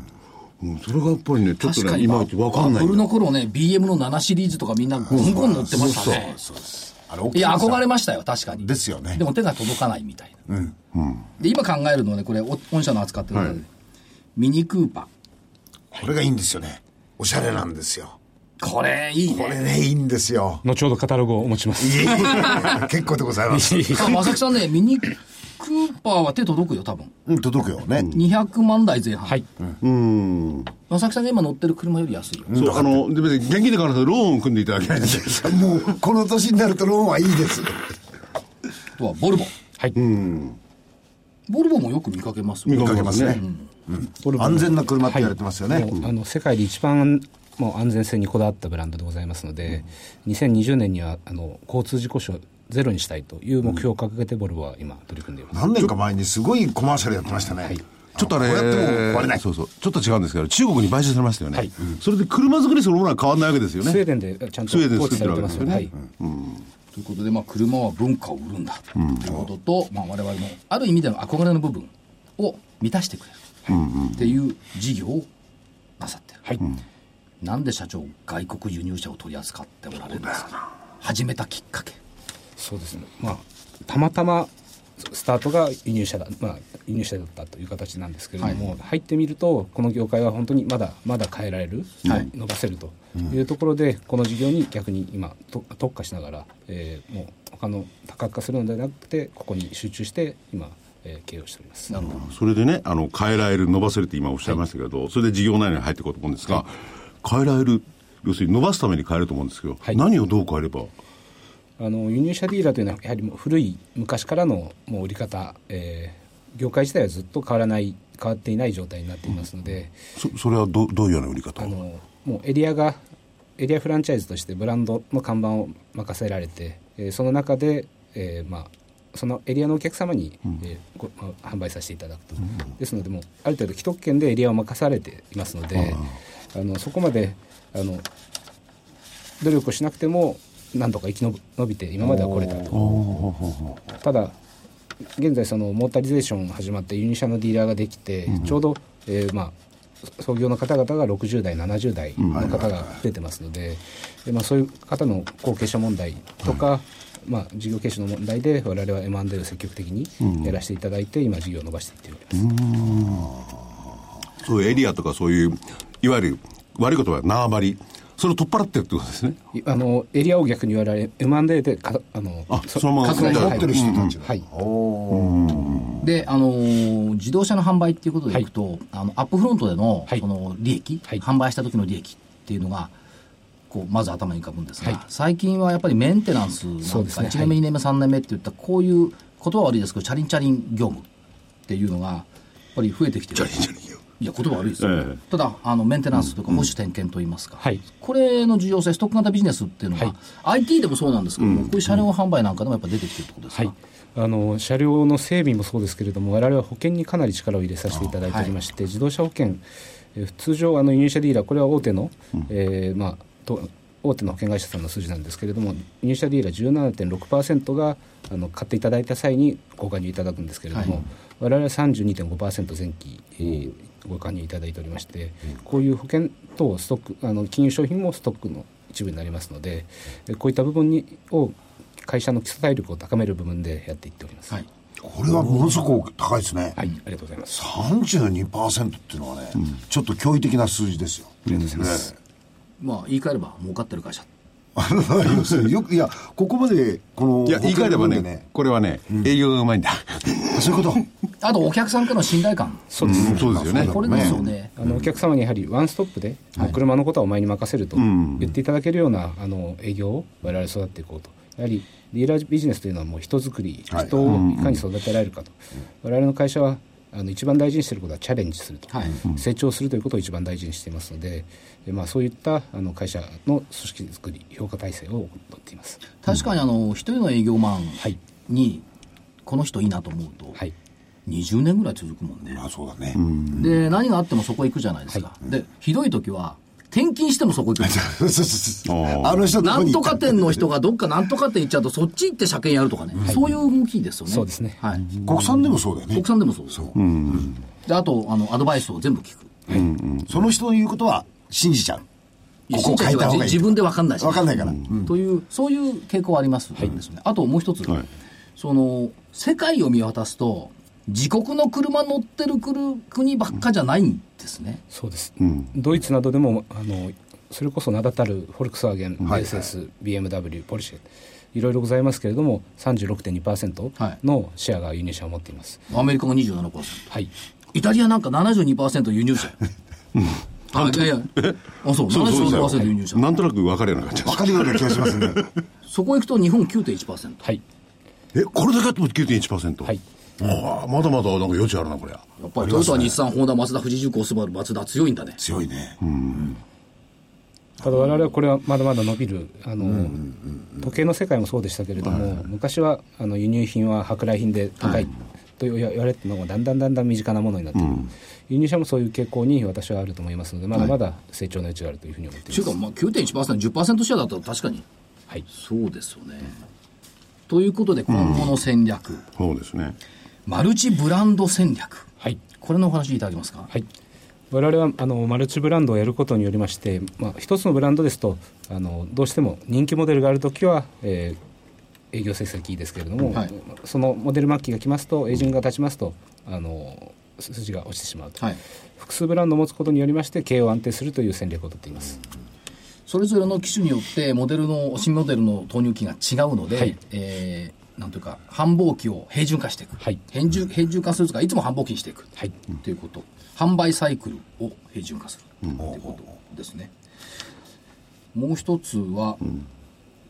Speaker 4: うん、それがやっぱりねちょっと
Speaker 1: 確か
Speaker 4: ね
Speaker 1: に
Speaker 4: いまいち分かんないん
Speaker 1: バブ
Speaker 4: だ
Speaker 1: ルの頃ね BM の7シリーズとかみんなゴンゴン乗ってましたね
Speaker 3: あれ大き
Speaker 1: いや
Speaker 3: ですよ
Speaker 1: 憧れましたよ確かに
Speaker 3: ですよね
Speaker 1: でも手が届かないみたいな、で今考えるのはねこれお御社の扱ってるので、
Speaker 4: はい
Speaker 1: ミニクーパ
Speaker 3: これがいいんですよねおしゃれなんですよ
Speaker 1: ーこれいい
Speaker 3: これ
Speaker 1: ね
Speaker 3: ねいいんです よ
Speaker 6: 後ほどカタログをお持ちします。
Speaker 3: いえいえ結構でございます
Speaker 1: だから正木さんねミニクーパーは手届くよ多分
Speaker 3: うん届くよね、
Speaker 1: 200万台前半、
Speaker 6: はい。
Speaker 1: 正木さんが今乗ってる車より安いよ
Speaker 4: そうあので別に現金で買わなくてローンを組んでいただきたいんですけど
Speaker 3: もうこの年になるとローンはいいです
Speaker 1: あとはボルボ
Speaker 6: はい。
Speaker 1: ボルボもよく見かけますよ
Speaker 4: 見
Speaker 3: かけますね
Speaker 6: ボルボも
Speaker 3: 安全な車って言われてますよね
Speaker 6: はいもうあの世界で一番もう安全性にこだわったブランドでございますので、2020年にはあの交通事故死をゼロにしたいという目標を掲げてボルボは今取り組んでいます。
Speaker 3: 何年か前にすごいコマーシャルやってましたね、
Speaker 4: ちょっとあれ
Speaker 3: こうやっても壊れない
Speaker 4: そうそう。ちょっと違うんですけど、中国に買収されましたよね。
Speaker 6: はい
Speaker 4: それで車作りそのものは変わらないわけですよね。
Speaker 6: スウェーデンでちゃんと
Speaker 4: スウェーデン
Speaker 6: 統
Speaker 4: で作っ
Speaker 6: 治さ
Speaker 4: てるわけで
Speaker 6: れてますす
Speaker 4: よ
Speaker 6: よ
Speaker 4: ね。
Speaker 6: ね。はい。
Speaker 1: ということで、まあ、車は文化を売るんだということと、まあ、我々のある意味での憧れの部分を満たしてくれるっていう事業をなさってる、
Speaker 6: はい。
Speaker 1: なんで社長外国輸入車を取り扱っておられるんですか始めたきっかけ
Speaker 6: そうですね、まあ、たまたまスタートが輸入車だ、まあ、輸入車だったという形なんですけれども、入ってみると、この業界は本当にまだまだ変えられる、
Speaker 1: はい
Speaker 6: 伸ばせるというところで、この事業に逆に今、と特化しながら、えーもう他の多角化するのではなくて、ここに集中して、今、えー経営をしております。
Speaker 4: それでね、あの、変えられる、伸ばせるって今おっしゃいましたけど、それで事業内容に入っていこうと思うんですが、変えられる、要するに伸ばすために変えると思うんですけど、
Speaker 6: はい
Speaker 4: 何をどう変えれば、
Speaker 6: あの輸入車ディーラーというのはやはりもう古い昔からのもう売り方、えー業界自体はずっと変わらない変わっていない状態になっていますので、
Speaker 4: そそれはどどういうような売り方
Speaker 6: あ
Speaker 4: を
Speaker 6: のもうエリアがエリアフランチャイズとしてブランドの看板を任せられて、えーその中で、えーまあ、そのエリアのお客様に、えーごまあ販売させていただくと、ですのでもうある程度既得権でエリアを任されていますのであのそこまであの努力をしなくても何とか生き延び延びて今までは来れたとただ現在そのモータリゼーション始まってユニシャのディーラーができて、ちょうど、えーまあ創業の方々が60代70代の方が増えてますので,、でまあ、そういう方の後継者問題とか、まあ、事業継承の問題で我々は M&A を積極的にやらせていただいて、今事業を伸ばしていっております、
Speaker 4: そういうエリアとかそういう、いわゆる悪いことは縄張り、それを取っ払ってるってことですね。
Speaker 6: いあのエリアを逆に我々 M&A でかあの
Speaker 4: あそのまま
Speaker 6: 拡大
Speaker 4: 持ってる人
Speaker 6: たちはい、
Speaker 1: で、あのー自動車の販売っていうことでいくと、あのアップフロントでの,、
Speaker 6: はい
Speaker 1: その利益、
Speaker 6: はい
Speaker 1: 販売した時の利益っていうのがこうまず頭に浮かぶんですが、
Speaker 6: はい
Speaker 1: 最近はやっぱりメンテナンスなんか
Speaker 6: そうですね
Speaker 1: 1年目、2年目、3年目っていったこういう言葉は悪いですけどチャリンチャリン業務っていうのがやっぱり増えてきてるいや言葉悪いですよ、
Speaker 4: ええ
Speaker 1: ただあのメンテナンスというか保守点検といいますか、
Speaker 6: はい
Speaker 1: これの重要性ストック型ビジネスっていうのは、
Speaker 6: は
Speaker 1: IT でもそうなんですけども、こういう車両販売なんかでもやっぱ出てきてるってことですか、
Speaker 6: はい、あの車両の整備もそうですけれども、我々は保険にかなり力を入れさせていただいておりまして、自動車保険、えー通常、あの輸入車ディーラー、これは大手の、えーまあ、と大手の保険会社さんの数字なんですけれども、入社ディーラー17.6%があの買っていただいた際にご加入いただくんですけれども、我々は32.5%前期、えーご加入いただいておりまして、こういう保険等ストックあの金融商品もストックの一部になりますので、えーこういった部分にを会社の基礎体力を高める部分でやっていっております。
Speaker 1: はい
Speaker 3: これはものすごく高いですね、
Speaker 6: はい、ありがとうございます。
Speaker 3: 32%っていうのはね、ちょっと驚異的な数字ですよ、
Speaker 6: ありがとうございます。
Speaker 1: まあ、言い換えれば儲かってる会社っ
Speaker 3: あなたは要するによく、いや、ここまで、この、
Speaker 4: いや、言い換えれば
Speaker 3: 保険の部分で
Speaker 4: ね、これはね、営業がうまいんだ。
Speaker 3: あそういうこと。
Speaker 1: あとお客さんからの信頼感、
Speaker 6: そうです、
Speaker 4: そうですよね。
Speaker 1: これですよね、
Speaker 6: あのお客様にやはりワンストップで、もう車のことはお前に任せると言っていただけるようなあの営業を我々育っていこうと。やはりディーラービジネスというのはもう人づくり、人をいかに育てられるかと、我々の会社はあの一番大事にしていることはチャレンジすると、
Speaker 1: はい
Speaker 6: 成長するということを一番大事にしていますので、でまあ、そういったあの会社の組織づくり、評価体制を行っています。
Speaker 1: 確かにあの一人の営業マン
Speaker 6: い
Speaker 1: に、この人いいなと思うと、
Speaker 6: はい
Speaker 1: 20年ぐらい続くもんね、
Speaker 3: まあそうだね。
Speaker 1: で何があってもそこ行くじゃないですか、でひどい時は、転勤してもそこ行くんですよ
Speaker 3: そうそう そう
Speaker 4: あー
Speaker 3: あの人ど
Speaker 1: な
Speaker 3: こ
Speaker 1: ん
Speaker 3: に行
Speaker 1: と
Speaker 3: っ
Speaker 1: か
Speaker 3: た
Speaker 1: 店の人がどっかなんとか店行っちゃうと、そっち行って車検やるとかね、そういう動きですよね。
Speaker 6: そうですね
Speaker 1: はい。
Speaker 3: 国産でもそうだよね
Speaker 1: 国。産でもそうですよ。で、あと、あの、アドバイスを全部聞く。
Speaker 3: その人の言うことは信じちゃう。ここ変えた方がいい。
Speaker 1: 自分で分かんないし。
Speaker 3: わかんないから。
Speaker 1: という、そういう傾向はありますですね。あともう一つ
Speaker 4: はい、
Speaker 1: その、世界を見渡すと、自国の車乗ってるくる国ばっかじゃないんですね。
Speaker 6: そうです、ドイツなどでもあのそれこそ名だたるフォルクスワーゲン、
Speaker 3: はい
Speaker 6: SS、BMW、ポルシェいろいろございますけれども
Speaker 1: はい
Speaker 6: 36.2%のシェアが輸入車を持っています、
Speaker 1: アメリカが27%。
Speaker 6: はい、
Speaker 1: イタリアなんか72%輸入車。あ、いやいや。あ、そう、
Speaker 4: そうそうそう
Speaker 1: 72%輸入車。
Speaker 4: なんとなく分かるような感じ
Speaker 3: わかるような気がし ますね。
Speaker 1: そこ行くと日本9.1%。
Speaker 6: はい、
Speaker 4: え、これだけあっても9.1%。
Speaker 6: はい。
Speaker 4: ああ、まだまだなんか余地あるな、これ。
Speaker 1: やっぱりトヨタ、日産、ホーダ、マツダ、富士重工、スバル、マツダ強いんだね。
Speaker 3: 強いね。
Speaker 6: ただ我々はこれはまだまだ伸びるあの、時計の世界もそうでしたけれども、昔はあの輸入品は舶来品で高いと言われてたのがだんだんだんだん身近なものになっている、輸入車もそういう傾向に私はあると思いますのでまだまだ成長の余地があるというふうに思ってい
Speaker 1: 中華
Speaker 6: ます、
Speaker 1: まあ9.1%、10%シェアだったら確かに
Speaker 6: はい
Speaker 1: そうですよね。ということで、今後の戦略、
Speaker 4: そうですね。
Speaker 1: マルチブランド戦略、
Speaker 6: はい
Speaker 1: これのお話いただけますか。
Speaker 6: はい、我々はあのマルチブランドをやることによりまして、まあ、一つのブランドですとあのどうしても人気モデルがあるときは、えー営業成績いいですけれども、
Speaker 1: はい
Speaker 6: そのモデル末期が来ますとエージングが立ちますとあの数字が落ちてしまうと、
Speaker 1: はい
Speaker 6: 複数ブランドを持つことによりまして経営を安定するという戦略をとっています、
Speaker 1: それぞれの機種によって、モデルの、新モデルの投入期が違うので、
Speaker 6: はい
Speaker 1: えーなんというか、繁忙期を平準化していく。
Speaker 6: はい
Speaker 1: 平準平準化するとか、いつも繁忙期にしていく。
Speaker 6: はい
Speaker 1: ということ。販売サイクルを平準化する。ということですね。もう一つは、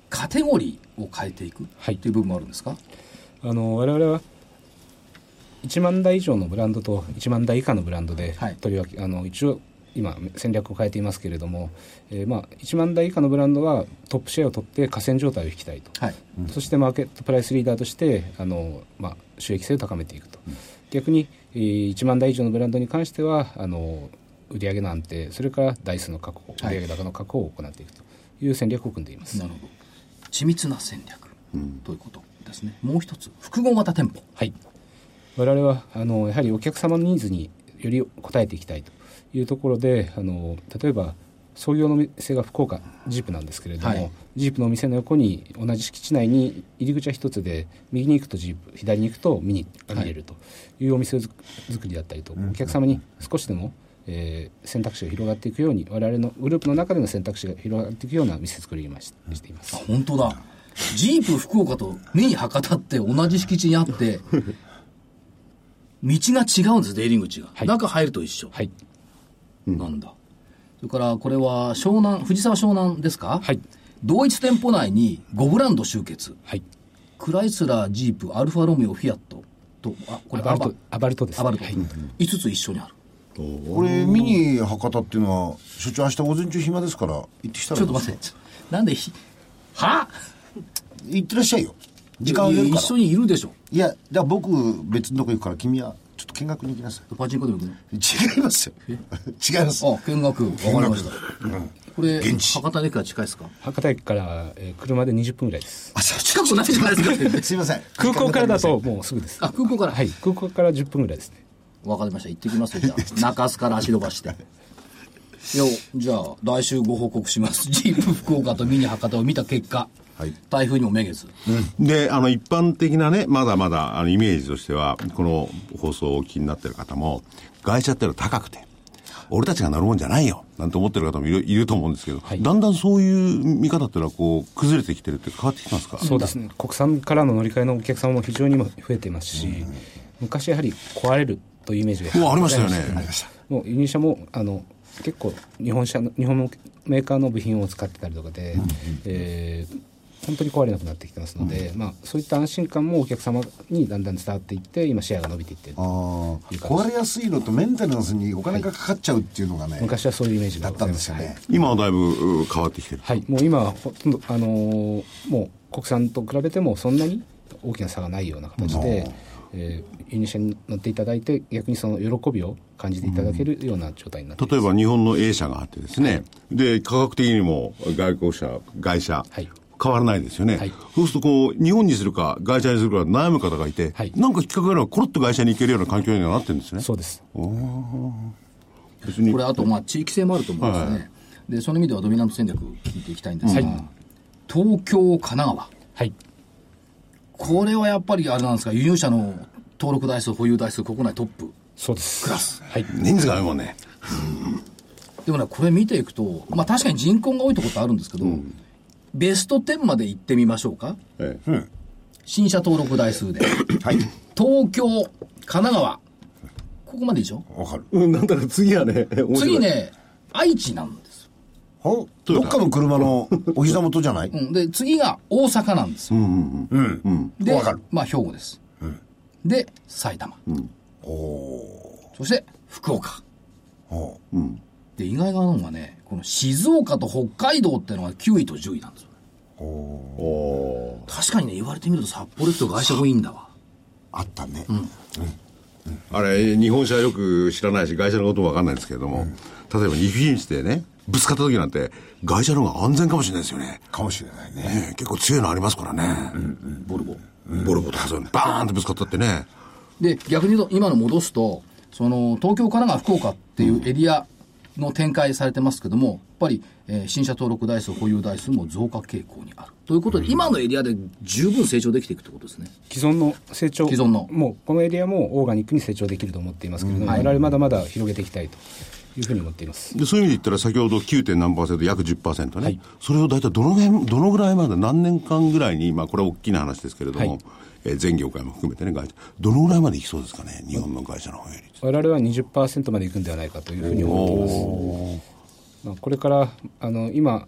Speaker 1: カテゴリーを変えていく
Speaker 6: はい
Speaker 1: という部分もあるんですか、
Speaker 6: あの我々は1万台以上のブランドと1万台以下のブランドで、
Speaker 1: はい
Speaker 6: とりわけあの一応今戦略を変えていますけれども、えーまあ、1万台以下のブランドはトップシェアを取って寡占状態を引きたいと、
Speaker 1: はい
Speaker 6: そしてマーケットプライスリーダーとしてあの、まあ、収益性を高めていくと、逆に、えー1万台以上のブランドに関してはあの売上の安定それから台数の確保売上高の確保を行っていくという戦略を組んでいます、
Speaker 1: なるほど緻密な戦略ということですね、もう一つ複合型店舗
Speaker 6: はい、我々はあのやはりお客様のニーズにより応えていきたいというところであの例えば創業の店が福岡ジープなんですけれども、
Speaker 1: はい
Speaker 6: ジープのお店の横に同じ敷地内に入り口は一つで右に行くとジープ左に行くとミニが見れるというお店づく作りだったりと、お客様に少しでも、えー選択肢が広がっていくように我々のグループの中での選択肢が広がっていくような店作りにまししています
Speaker 1: あ。本当だジープ福岡とミニ博多って同じ敷地にあって 道が違うんです出入り口が、
Speaker 6: はい
Speaker 1: 中入ると一緒、
Speaker 6: はい、
Speaker 1: なんだそれからこれは湘南藤沢湘南ですか
Speaker 6: はい
Speaker 1: 同一店舗内に5ブランド集結
Speaker 6: はい、
Speaker 1: クライスラージープアルファロメオフィアットとあこれ
Speaker 6: アバル
Speaker 1: ア
Speaker 6: トアバルトです、
Speaker 1: アバルト、
Speaker 6: はい
Speaker 1: 5つ一緒にある
Speaker 3: これ、ミニ博多っていうのは、所長明日午前中暇ですから、行ってきたら
Speaker 1: ち
Speaker 3: い
Speaker 1: ょ
Speaker 3: い
Speaker 1: っと
Speaker 3: で
Speaker 1: 待
Speaker 3: す
Speaker 1: っ
Speaker 3: よ
Speaker 1: て。なんでひ、は
Speaker 3: 行ってらっしゃいよ。時間を
Speaker 1: い
Speaker 3: げ
Speaker 1: や
Speaker 3: るから
Speaker 1: 一。緒にいるでしょ。
Speaker 3: いや、じゃあ僕、別のとこ行くから、君は、ちょっと見学に行きなさい。
Speaker 1: パチンコでも行くの。
Speaker 3: 違いますよ。違います。
Speaker 1: あ、見学。わかりました。これ、
Speaker 3: 現地
Speaker 1: 博多駅から近いですか
Speaker 6: 博多駅から、えー車で20分ぐらいです。
Speaker 3: あ、そ う
Speaker 1: 近くないじゃないですか。
Speaker 3: すいません。
Speaker 6: 空港からだともうすぐです。
Speaker 1: あ、空港から。
Speaker 6: はい、空港から10分ぐらいですね。
Speaker 1: わかりました。行ってきますよ。じゃ あ、中洲から足伸ばして。よ、じゃあ、来週ご報告し ます。ジープ福岡とミニ博多を見た結果、
Speaker 3: はい
Speaker 1: 台風にもめげず。
Speaker 4: で、あの、一般的なね、まだまだ、あの、イメージとしては、この放送をお聞きになってる方も、外車ってのは高くて、俺たちがなるもんじゃないよなんて思ってる方もいるいると思うんですけど、だんだんそういう見方っていうのはこう崩れてきてるって変わってきてますか
Speaker 6: そうですね国産からの乗り換えのお客様も非常に今増えてますし、昔やはり壊れるというイメージ
Speaker 4: う
Speaker 6: が
Speaker 4: わありましたよね
Speaker 6: もう輸入車もあの結構日本車の日本のメーカーの部品を使ってたりとかで、えー本当に壊れなくなってきてますので、まあ、そういった安心感もお客様にだんだん伝わっていって今シェアが伸びていってる
Speaker 3: あー壊れやすいのとメンテナンスにお金がかかっちゃうっていうのがね、
Speaker 6: 昔はそういうイメージ
Speaker 3: だ
Speaker 6: が
Speaker 3: っ
Speaker 6: ござ
Speaker 3: たん
Speaker 6: い
Speaker 3: で
Speaker 6: ます
Speaker 3: すよね。
Speaker 4: 今はだいぶう変わってきてる
Speaker 6: はい、もう今はほとんど、あのーもう国産と比べてもそんなに大きな差がないような形で、えー輸入車に乗っていただいて、逆にその喜びを感じていただけるような状態になっています、
Speaker 4: 例えば日本の A 社があってですね、で価格的にも外交車外車、
Speaker 6: はい
Speaker 4: 変わらないですよね、
Speaker 6: はい
Speaker 4: そうするとこう日本にするか外車にするか悩む方がいて、
Speaker 6: はい
Speaker 4: なんかきっかけがあればコロッと外車に行けるような環境にはなってるんですね
Speaker 6: そうです。
Speaker 4: 別に
Speaker 1: これあとまあ地域性もあると思うんですよね、でその意味ではドミナント戦略聞いていきたいんですが、東京神奈川
Speaker 6: はい。
Speaker 1: これはやっぱりあれなんですか輸入車の登録台数保有台数国内トップ
Speaker 6: そうです。
Speaker 1: クラス
Speaker 6: はい。
Speaker 4: 人数が多いもんね
Speaker 1: でもねこれ見ていくと、まあ、確かに人口が多いところってあるんですけど、ベスト10まで行ってみましょうか
Speaker 4: ええ
Speaker 1: 新車登録台数 で
Speaker 3: はい。
Speaker 1: 東京神奈川ここまででしょ
Speaker 3: わかる。
Speaker 4: うん、なんだろう次はね面白い
Speaker 1: 次ね愛知なんですよ、
Speaker 3: ほんどっかの車 のお膝元じゃない
Speaker 1: うん、で次が大阪なんですよ、
Speaker 3: うん。
Speaker 1: で
Speaker 3: わかる。
Speaker 1: まあ兵庫です、で埼玉、そして福岡
Speaker 3: ほう
Speaker 1: で意外なのがねこの静岡と北海道ってのが9位と10位なんですよ確かにね言われてみると札幌って外車多いんだわ
Speaker 3: あったね。
Speaker 4: あれ日本車はよく知らないし外車のことも分かんないんですけれども、例えばイフィンチでねぶつかった時なんて外車の方が安全かもしれないですよね
Speaker 3: かもしれないね。
Speaker 4: ねえ結構強いのありますからね、ボルボボルボとかそういうのバーンってぶつかったってね
Speaker 1: で逆に言うと今の戻すとその東京神奈川福岡っていうエリアの展開されてますけども、やっぱり、えー新車登録台数保有台数も増加傾向にあるということで、今のエリアで十分成長できていくってことですね
Speaker 6: 既存の成長。
Speaker 1: 既存の
Speaker 6: もう、このエリアもオーガニックに成長できると思っていますけれども、
Speaker 1: はい
Speaker 6: 我々まだまだ広げていきたいというふうに思っています。
Speaker 4: でそういう意味で言ったら先ほど 9. 点何パーセント約10%ね、それを大体どの辺どのぐらいまで何年間ぐらいに、まあ、これは大きな話ですけれども、
Speaker 6: は
Speaker 4: え
Speaker 6: い
Speaker 4: ー全業界も含めてね会社どのぐらいまでいきそうですかね日本の会社の方より
Speaker 6: 我々は20%までいくんではないかというふうに思っています。まあ、これからあの今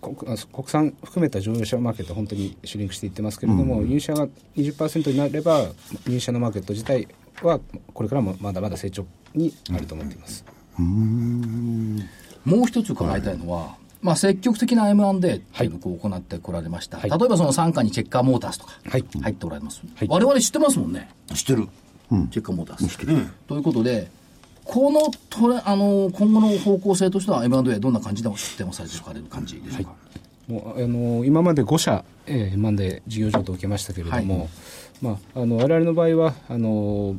Speaker 6: 国あ国産含めた乗用車マーケット本当にシュリンクしていってますけれども、入社が20%になれば入社のマーケット自体はこれからもまだまだ成長にあると思っています。
Speaker 1: もう一つ伺いたいのは、まあ、積極的な M&A っていうのをこう行ってこられました、
Speaker 6: はい
Speaker 1: 例えばその傘下にチェッカーモータースとか
Speaker 6: はい
Speaker 1: 入っておられます、
Speaker 6: はい
Speaker 1: 我々知ってますもんね
Speaker 3: 知ってる。
Speaker 1: チェッカーモータース、ということでこのトレあの今後の方向性としては M&A どんな感じでも出展をされていかれる感じでしょうか、
Speaker 6: もうあの今まで5社、えー、マンで事業譲渡を受けましたけれども、
Speaker 1: はい
Speaker 6: まあ、あの我々の場合はあの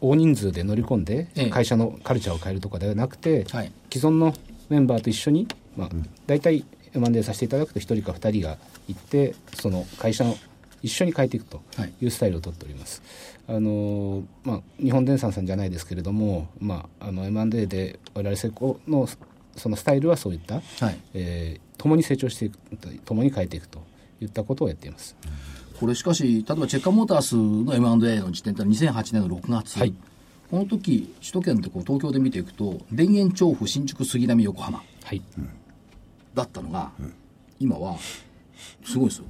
Speaker 6: 大人数で乗り込んで
Speaker 1: ええ
Speaker 6: 会社のカルチャーを変えるとかではなくて、
Speaker 1: はい
Speaker 6: 既存のメンバーと一緒に、まあ、大体マンデーさせていただくと1人か2人が行ってその会社の一緒に変えていくと
Speaker 1: はい
Speaker 6: いうスタイルを取っております。あのまあ、日本電産さんじゃないですけれども、まあ、あの M&A で我々成功のそのスタイルはそういった、
Speaker 1: はい
Speaker 6: えー共に成長していく共に変えていくといったことをやっています。
Speaker 1: これしかし例えばチェッカーモータースの M&A の時点ってのは2008年の6月、
Speaker 6: はい
Speaker 1: この時首都圏ってこう東京で見ていくと田園調布新宿杉並横浜
Speaker 6: はい、
Speaker 1: だったのが、今はすごいですよ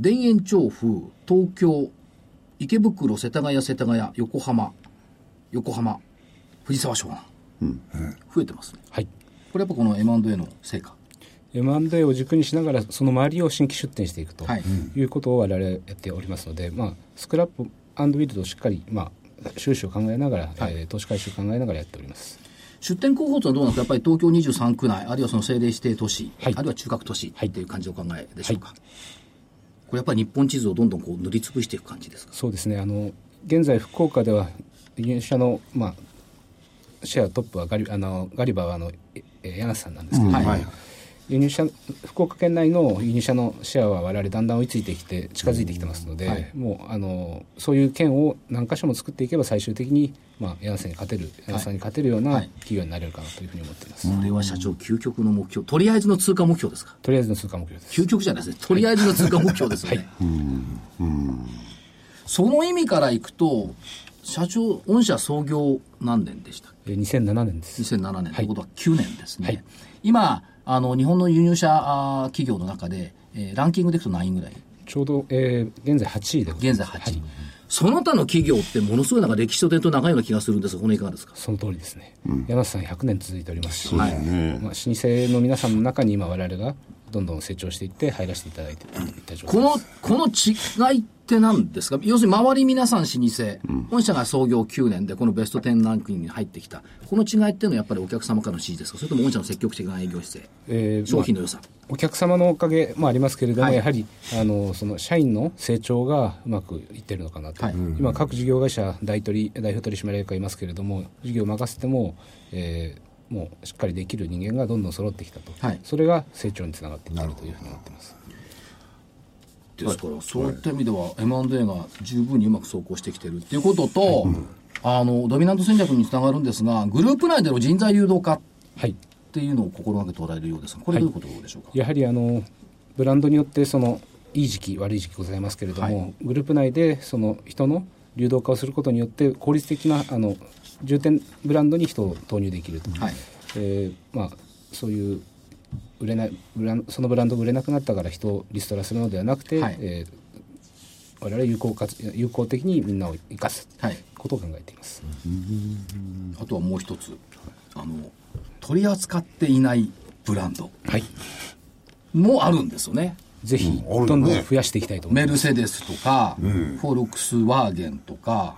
Speaker 1: 田園調布東京池袋世田谷世田谷横浜横浜藤沢湘南、増えてますね
Speaker 6: はい
Speaker 1: これやっぱこの M&A の成果
Speaker 6: M&A を軸にしながらその周りを新規出店していくと
Speaker 1: はい
Speaker 6: いうことを我々やっておりますので、まあ、スクラップアンドビルドをしっかり、まあ、収支を考えながら、えー投資回収を考えながらやっております。
Speaker 1: 出店候補というのはどうなんですかやっぱり東京23区内あるいはその政令指定都市、
Speaker 6: はい
Speaker 1: あるいは中核都市
Speaker 6: はい
Speaker 1: っていう感じのお考えでしょうか、これやっぱり日本地図をどんどんこう塗りつぶしていく感じですか
Speaker 6: そうですねあの現在福岡では輸入車の、まあ、シェアトップはガリあのガリバーはあのええ柳瀬さんなんですけど、
Speaker 1: はい
Speaker 3: はい。
Speaker 6: 輸入車福岡県内の輸入車のシェアは我々だんだん追いついてきて近づいてきてますので、もうあのそういう県を何箇所も作っていけば最終的に、まあ、ヤンセンに勝てるヤンさんに勝てるような企業になれるかなというふうに思っています、
Speaker 1: これは社長、究極の目標、とりあえずの通貨目標ですか、
Speaker 6: とりあえずの通貨目標です
Speaker 1: 究極じゃないですね、とりあえずの通貨目標ですよね。その意味からいくと、社長、御社創業何年でしたっけ
Speaker 6: えー2007年です
Speaker 1: 2007年
Speaker 6: い
Speaker 1: ということは9年ですね、
Speaker 6: はい
Speaker 1: 今あの、日本の輸入車あー企業の中で、えーランキングでいくと何位ぐらい、
Speaker 6: ちょうど、えー現在8位でござい
Speaker 1: 現
Speaker 6: ます
Speaker 1: 在8位、
Speaker 6: はい
Speaker 1: その他の企業って、ものすごいなんか歴史と伝統長いような気がするんですが、このいかがですか、
Speaker 6: その通りですね、柳瀬さん100年続いておりますし、
Speaker 4: すね
Speaker 6: まあ、老舗の皆さんの中に今我々がどんどん成長していって入らせていただいていった状
Speaker 1: こ
Speaker 6: 態で
Speaker 1: の
Speaker 6: す
Speaker 1: この違いって何ですか、要するに周り皆さん老舗、本社が創業9年で、このベスト10ランクインに入ってきた、この違いっていうのはやっぱりお客様からの支持ですか、それとも御社の積極的な営業姿勢、
Speaker 6: えー
Speaker 1: 商品の良さ、
Speaker 6: お客様のおかげもありますけれども、
Speaker 1: はい
Speaker 6: やはりあのその社員の成長がうまくいってるのかなと、
Speaker 1: はい
Speaker 6: 今、各事業会社代取り、代表取締役がいますけれども、事業を任せても、えーもうしっかりできる人間がどんどん揃ってきたと、
Speaker 1: はい
Speaker 6: それが成長につながっていってるというふうに思ってます。
Speaker 1: ですから、そういった意味では M&A が十分にうまく走行してきてるっていうことと、あのドミナント戦略につながるんですがグループ内での人材誘導化っ
Speaker 6: はい
Speaker 1: ていうのを心がけておられるようですがこれどういうことでしょうか、
Speaker 6: やはりあのブランドによってそのいい時期悪い時期ございますけれども、グループ内でその人の流動化をすることによって効率的なあの重点ブランドに人を投入できると、
Speaker 1: はい
Speaker 6: えーまあ、そういう売れないブランそのブランドが売れなくなったから人をリストラするのではなくて、
Speaker 1: はい
Speaker 6: えー我々有効活有効的にみんなを生かす
Speaker 1: はい
Speaker 6: ことを考えています、
Speaker 1: あとはもう一つあの取り扱っていないブランド
Speaker 6: はい、
Speaker 1: もあるんですよね
Speaker 6: ぜひどんどん増やしていきたいと思い
Speaker 1: メ
Speaker 6: ます、
Speaker 1: ルセデスとか、フォルクスワーゲンとか、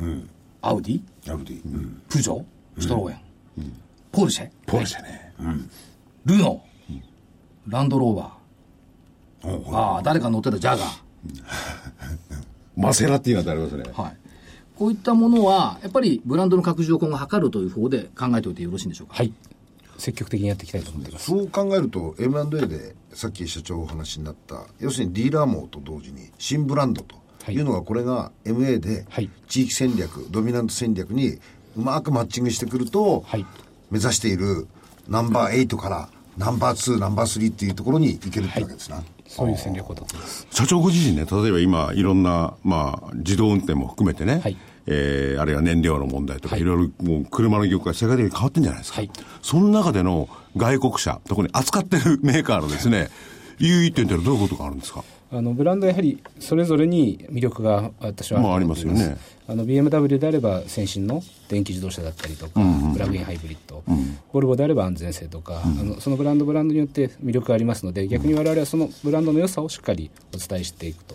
Speaker 1: アウディ
Speaker 5: やめていい
Speaker 1: プジョーシュトローエン、ポルシェ
Speaker 4: ポルシェね。
Speaker 1: ルノー、ランドローバー、ああ、誰か乗ってたジャガー、
Speaker 4: マセラティなんてありますね。
Speaker 1: はい、こういったものは、やっぱりブランドの拡充を今後図るという方で考えておいてよろしいんでしょうか。
Speaker 6: はい、積極的にやっていきたいと思っています
Speaker 3: そう考えると M&A でさっき社長お話になった要するにディーラー網と同時に新ブランドと
Speaker 6: はい
Speaker 3: いうのがこれが MA で
Speaker 6: はい
Speaker 3: 地域戦略、ドミナント戦略にうまくマッチングしてくると、
Speaker 6: はい
Speaker 3: 目指しているナンバー8からナンバー2ナンバー3っていうところに行けるってわけですな、
Speaker 6: そういう戦略を取っています。
Speaker 4: 社長ご自身ね、例えば今、いろんな、まあ、自動運転も含めてね、
Speaker 6: はい
Speaker 4: えーあるいは燃料の問題とか、
Speaker 6: はい
Speaker 4: い、ろいろもう車の業界、世界的に変わってんじゃないですか、
Speaker 6: はい
Speaker 4: その中での外国車、特に扱ってる メーカーのですね、優位点ってのはどういうことがあるんですか、
Speaker 6: あのブランドはやはりそれぞれに魅力が私は
Speaker 4: まあ
Speaker 6: あると思ってい
Speaker 4: ありますよね
Speaker 6: あの BMW であれば先進の電気自動車だったりとか、プラグインハイブリッド、ボルボであれば安全性とか、あのそのブランドブランドによって魅力がありますので逆に我々はそのブランドの良さをしっかりお伝えしていくと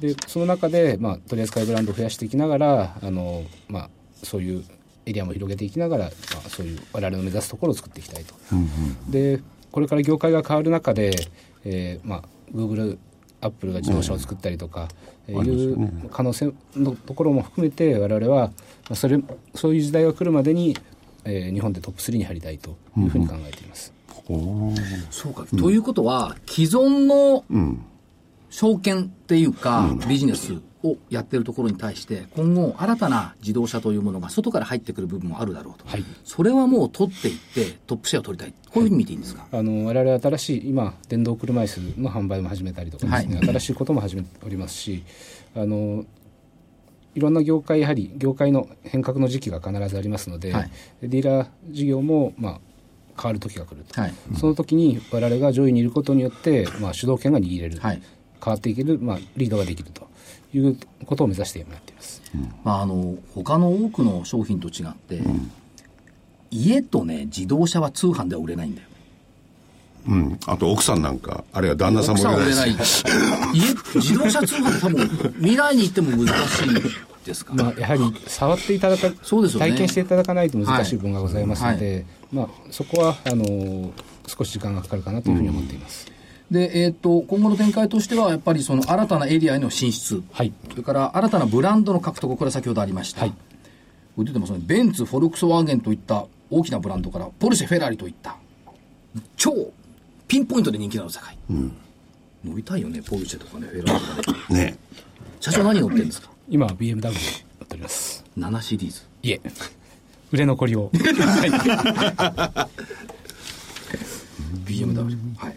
Speaker 6: でその中で、まあ、取り扱いブランドを増やしていきながらあの、まあ、そういうエリアも広げていきながら、まあ、そういう我々の目指すところを作っていきたいと、でこれから業界が変わる中で、えーまあ、Google アップルが自動車を作ったりとか、えーいう可能性のところも含めて我々はまあそれそういう時代が来るまでに、えー日本でトップ3に入りたいというふうに考えています。
Speaker 1: そうかということは、既存の証券っていうか、ビジネスをやってるところに対して、今後、新たな自動車というものが外から入ってくる部分もあるだろうと、
Speaker 6: はい
Speaker 1: それはもう取っていって、トップシェアを取りたい、こういうふうに見ていいんですか。
Speaker 6: あの我々は新しい今電動車椅子の販売も始めたりとかですね、
Speaker 1: はい
Speaker 6: 新しいことも始めておりますしあのいろんな業界やはり業界の変革の時期が必ずありますので、
Speaker 1: はい
Speaker 6: ディーラー事業もまあ変わる時が来ると、
Speaker 1: はい
Speaker 6: その時に我々が上位にいることによってまあ主導権が握れる、
Speaker 1: はい
Speaker 6: 変わっていけるまあリードができるということを目指して今やっています。
Speaker 1: まあ、あの他の多くの商品と違って、家とね自動車は通販では売れないんだよ
Speaker 4: うん、あと奥さんなんか、あるいは旦那さん
Speaker 1: 奥
Speaker 4: も
Speaker 1: さんは売れない
Speaker 4: し、
Speaker 1: 家自動車通販多分未来に行っても難しいですか、
Speaker 6: まあ、やはり触っていただか、
Speaker 1: そうですよね
Speaker 6: 体験していただかないと難しい部分がございますので、
Speaker 1: は
Speaker 6: まあ、そこはあのー少し時間がかかるかなというふうに思っています。
Speaker 1: で、えー、と今後の展開としてはやっぱりその新たなエリアへの進出、
Speaker 6: はい
Speaker 1: それから新たなブランドの獲得これは先ほどありました、
Speaker 6: はい
Speaker 1: これ出てますねベンツフォルクスワーゲンといった大きなブランドからポルシェフェラーリといった超ピンポイントで人気なの世界、乗りたいよねポルシェとかねフェラーリとかね
Speaker 4: ね
Speaker 1: 社長何乗ってるんですか
Speaker 6: 今は BMW 乗っております
Speaker 1: 7シリーズ
Speaker 6: いえ売れ残りをはい
Speaker 1: BMW、はい、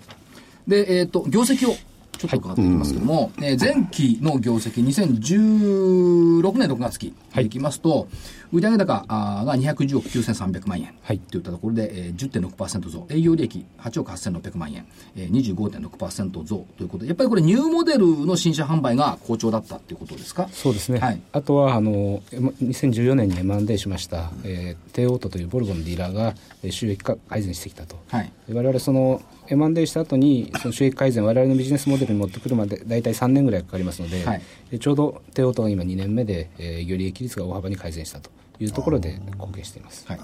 Speaker 1: で、えー、と業績をちょっと伺っていきますけども、えー前期の業績、2016年6月期
Speaker 6: はい
Speaker 1: でいきますと、売上高あーが210億9300万円
Speaker 6: はい
Speaker 1: といったところで、えー、10.6%増、営業利益8億8600万円、えー、25.6%増ということで、やっぱりこれ、ニューモデルの新車販売が好調だったっていうことですか。
Speaker 6: そうですね、
Speaker 1: はい
Speaker 6: あとはあのえま2014年に M&A しました、えーテオートというボルゴのディーラーがえー収益化改善してきたと、
Speaker 1: はい
Speaker 6: で我々その M&A した後にその収益改善我々のビジネスモデルに持ってくるまで大体3年ぐらいかかりますので,、
Speaker 1: はい
Speaker 6: でちょうどテオートが今2年目で、えー、より利益率が大幅に改善したというところで貢献しています、
Speaker 1: はい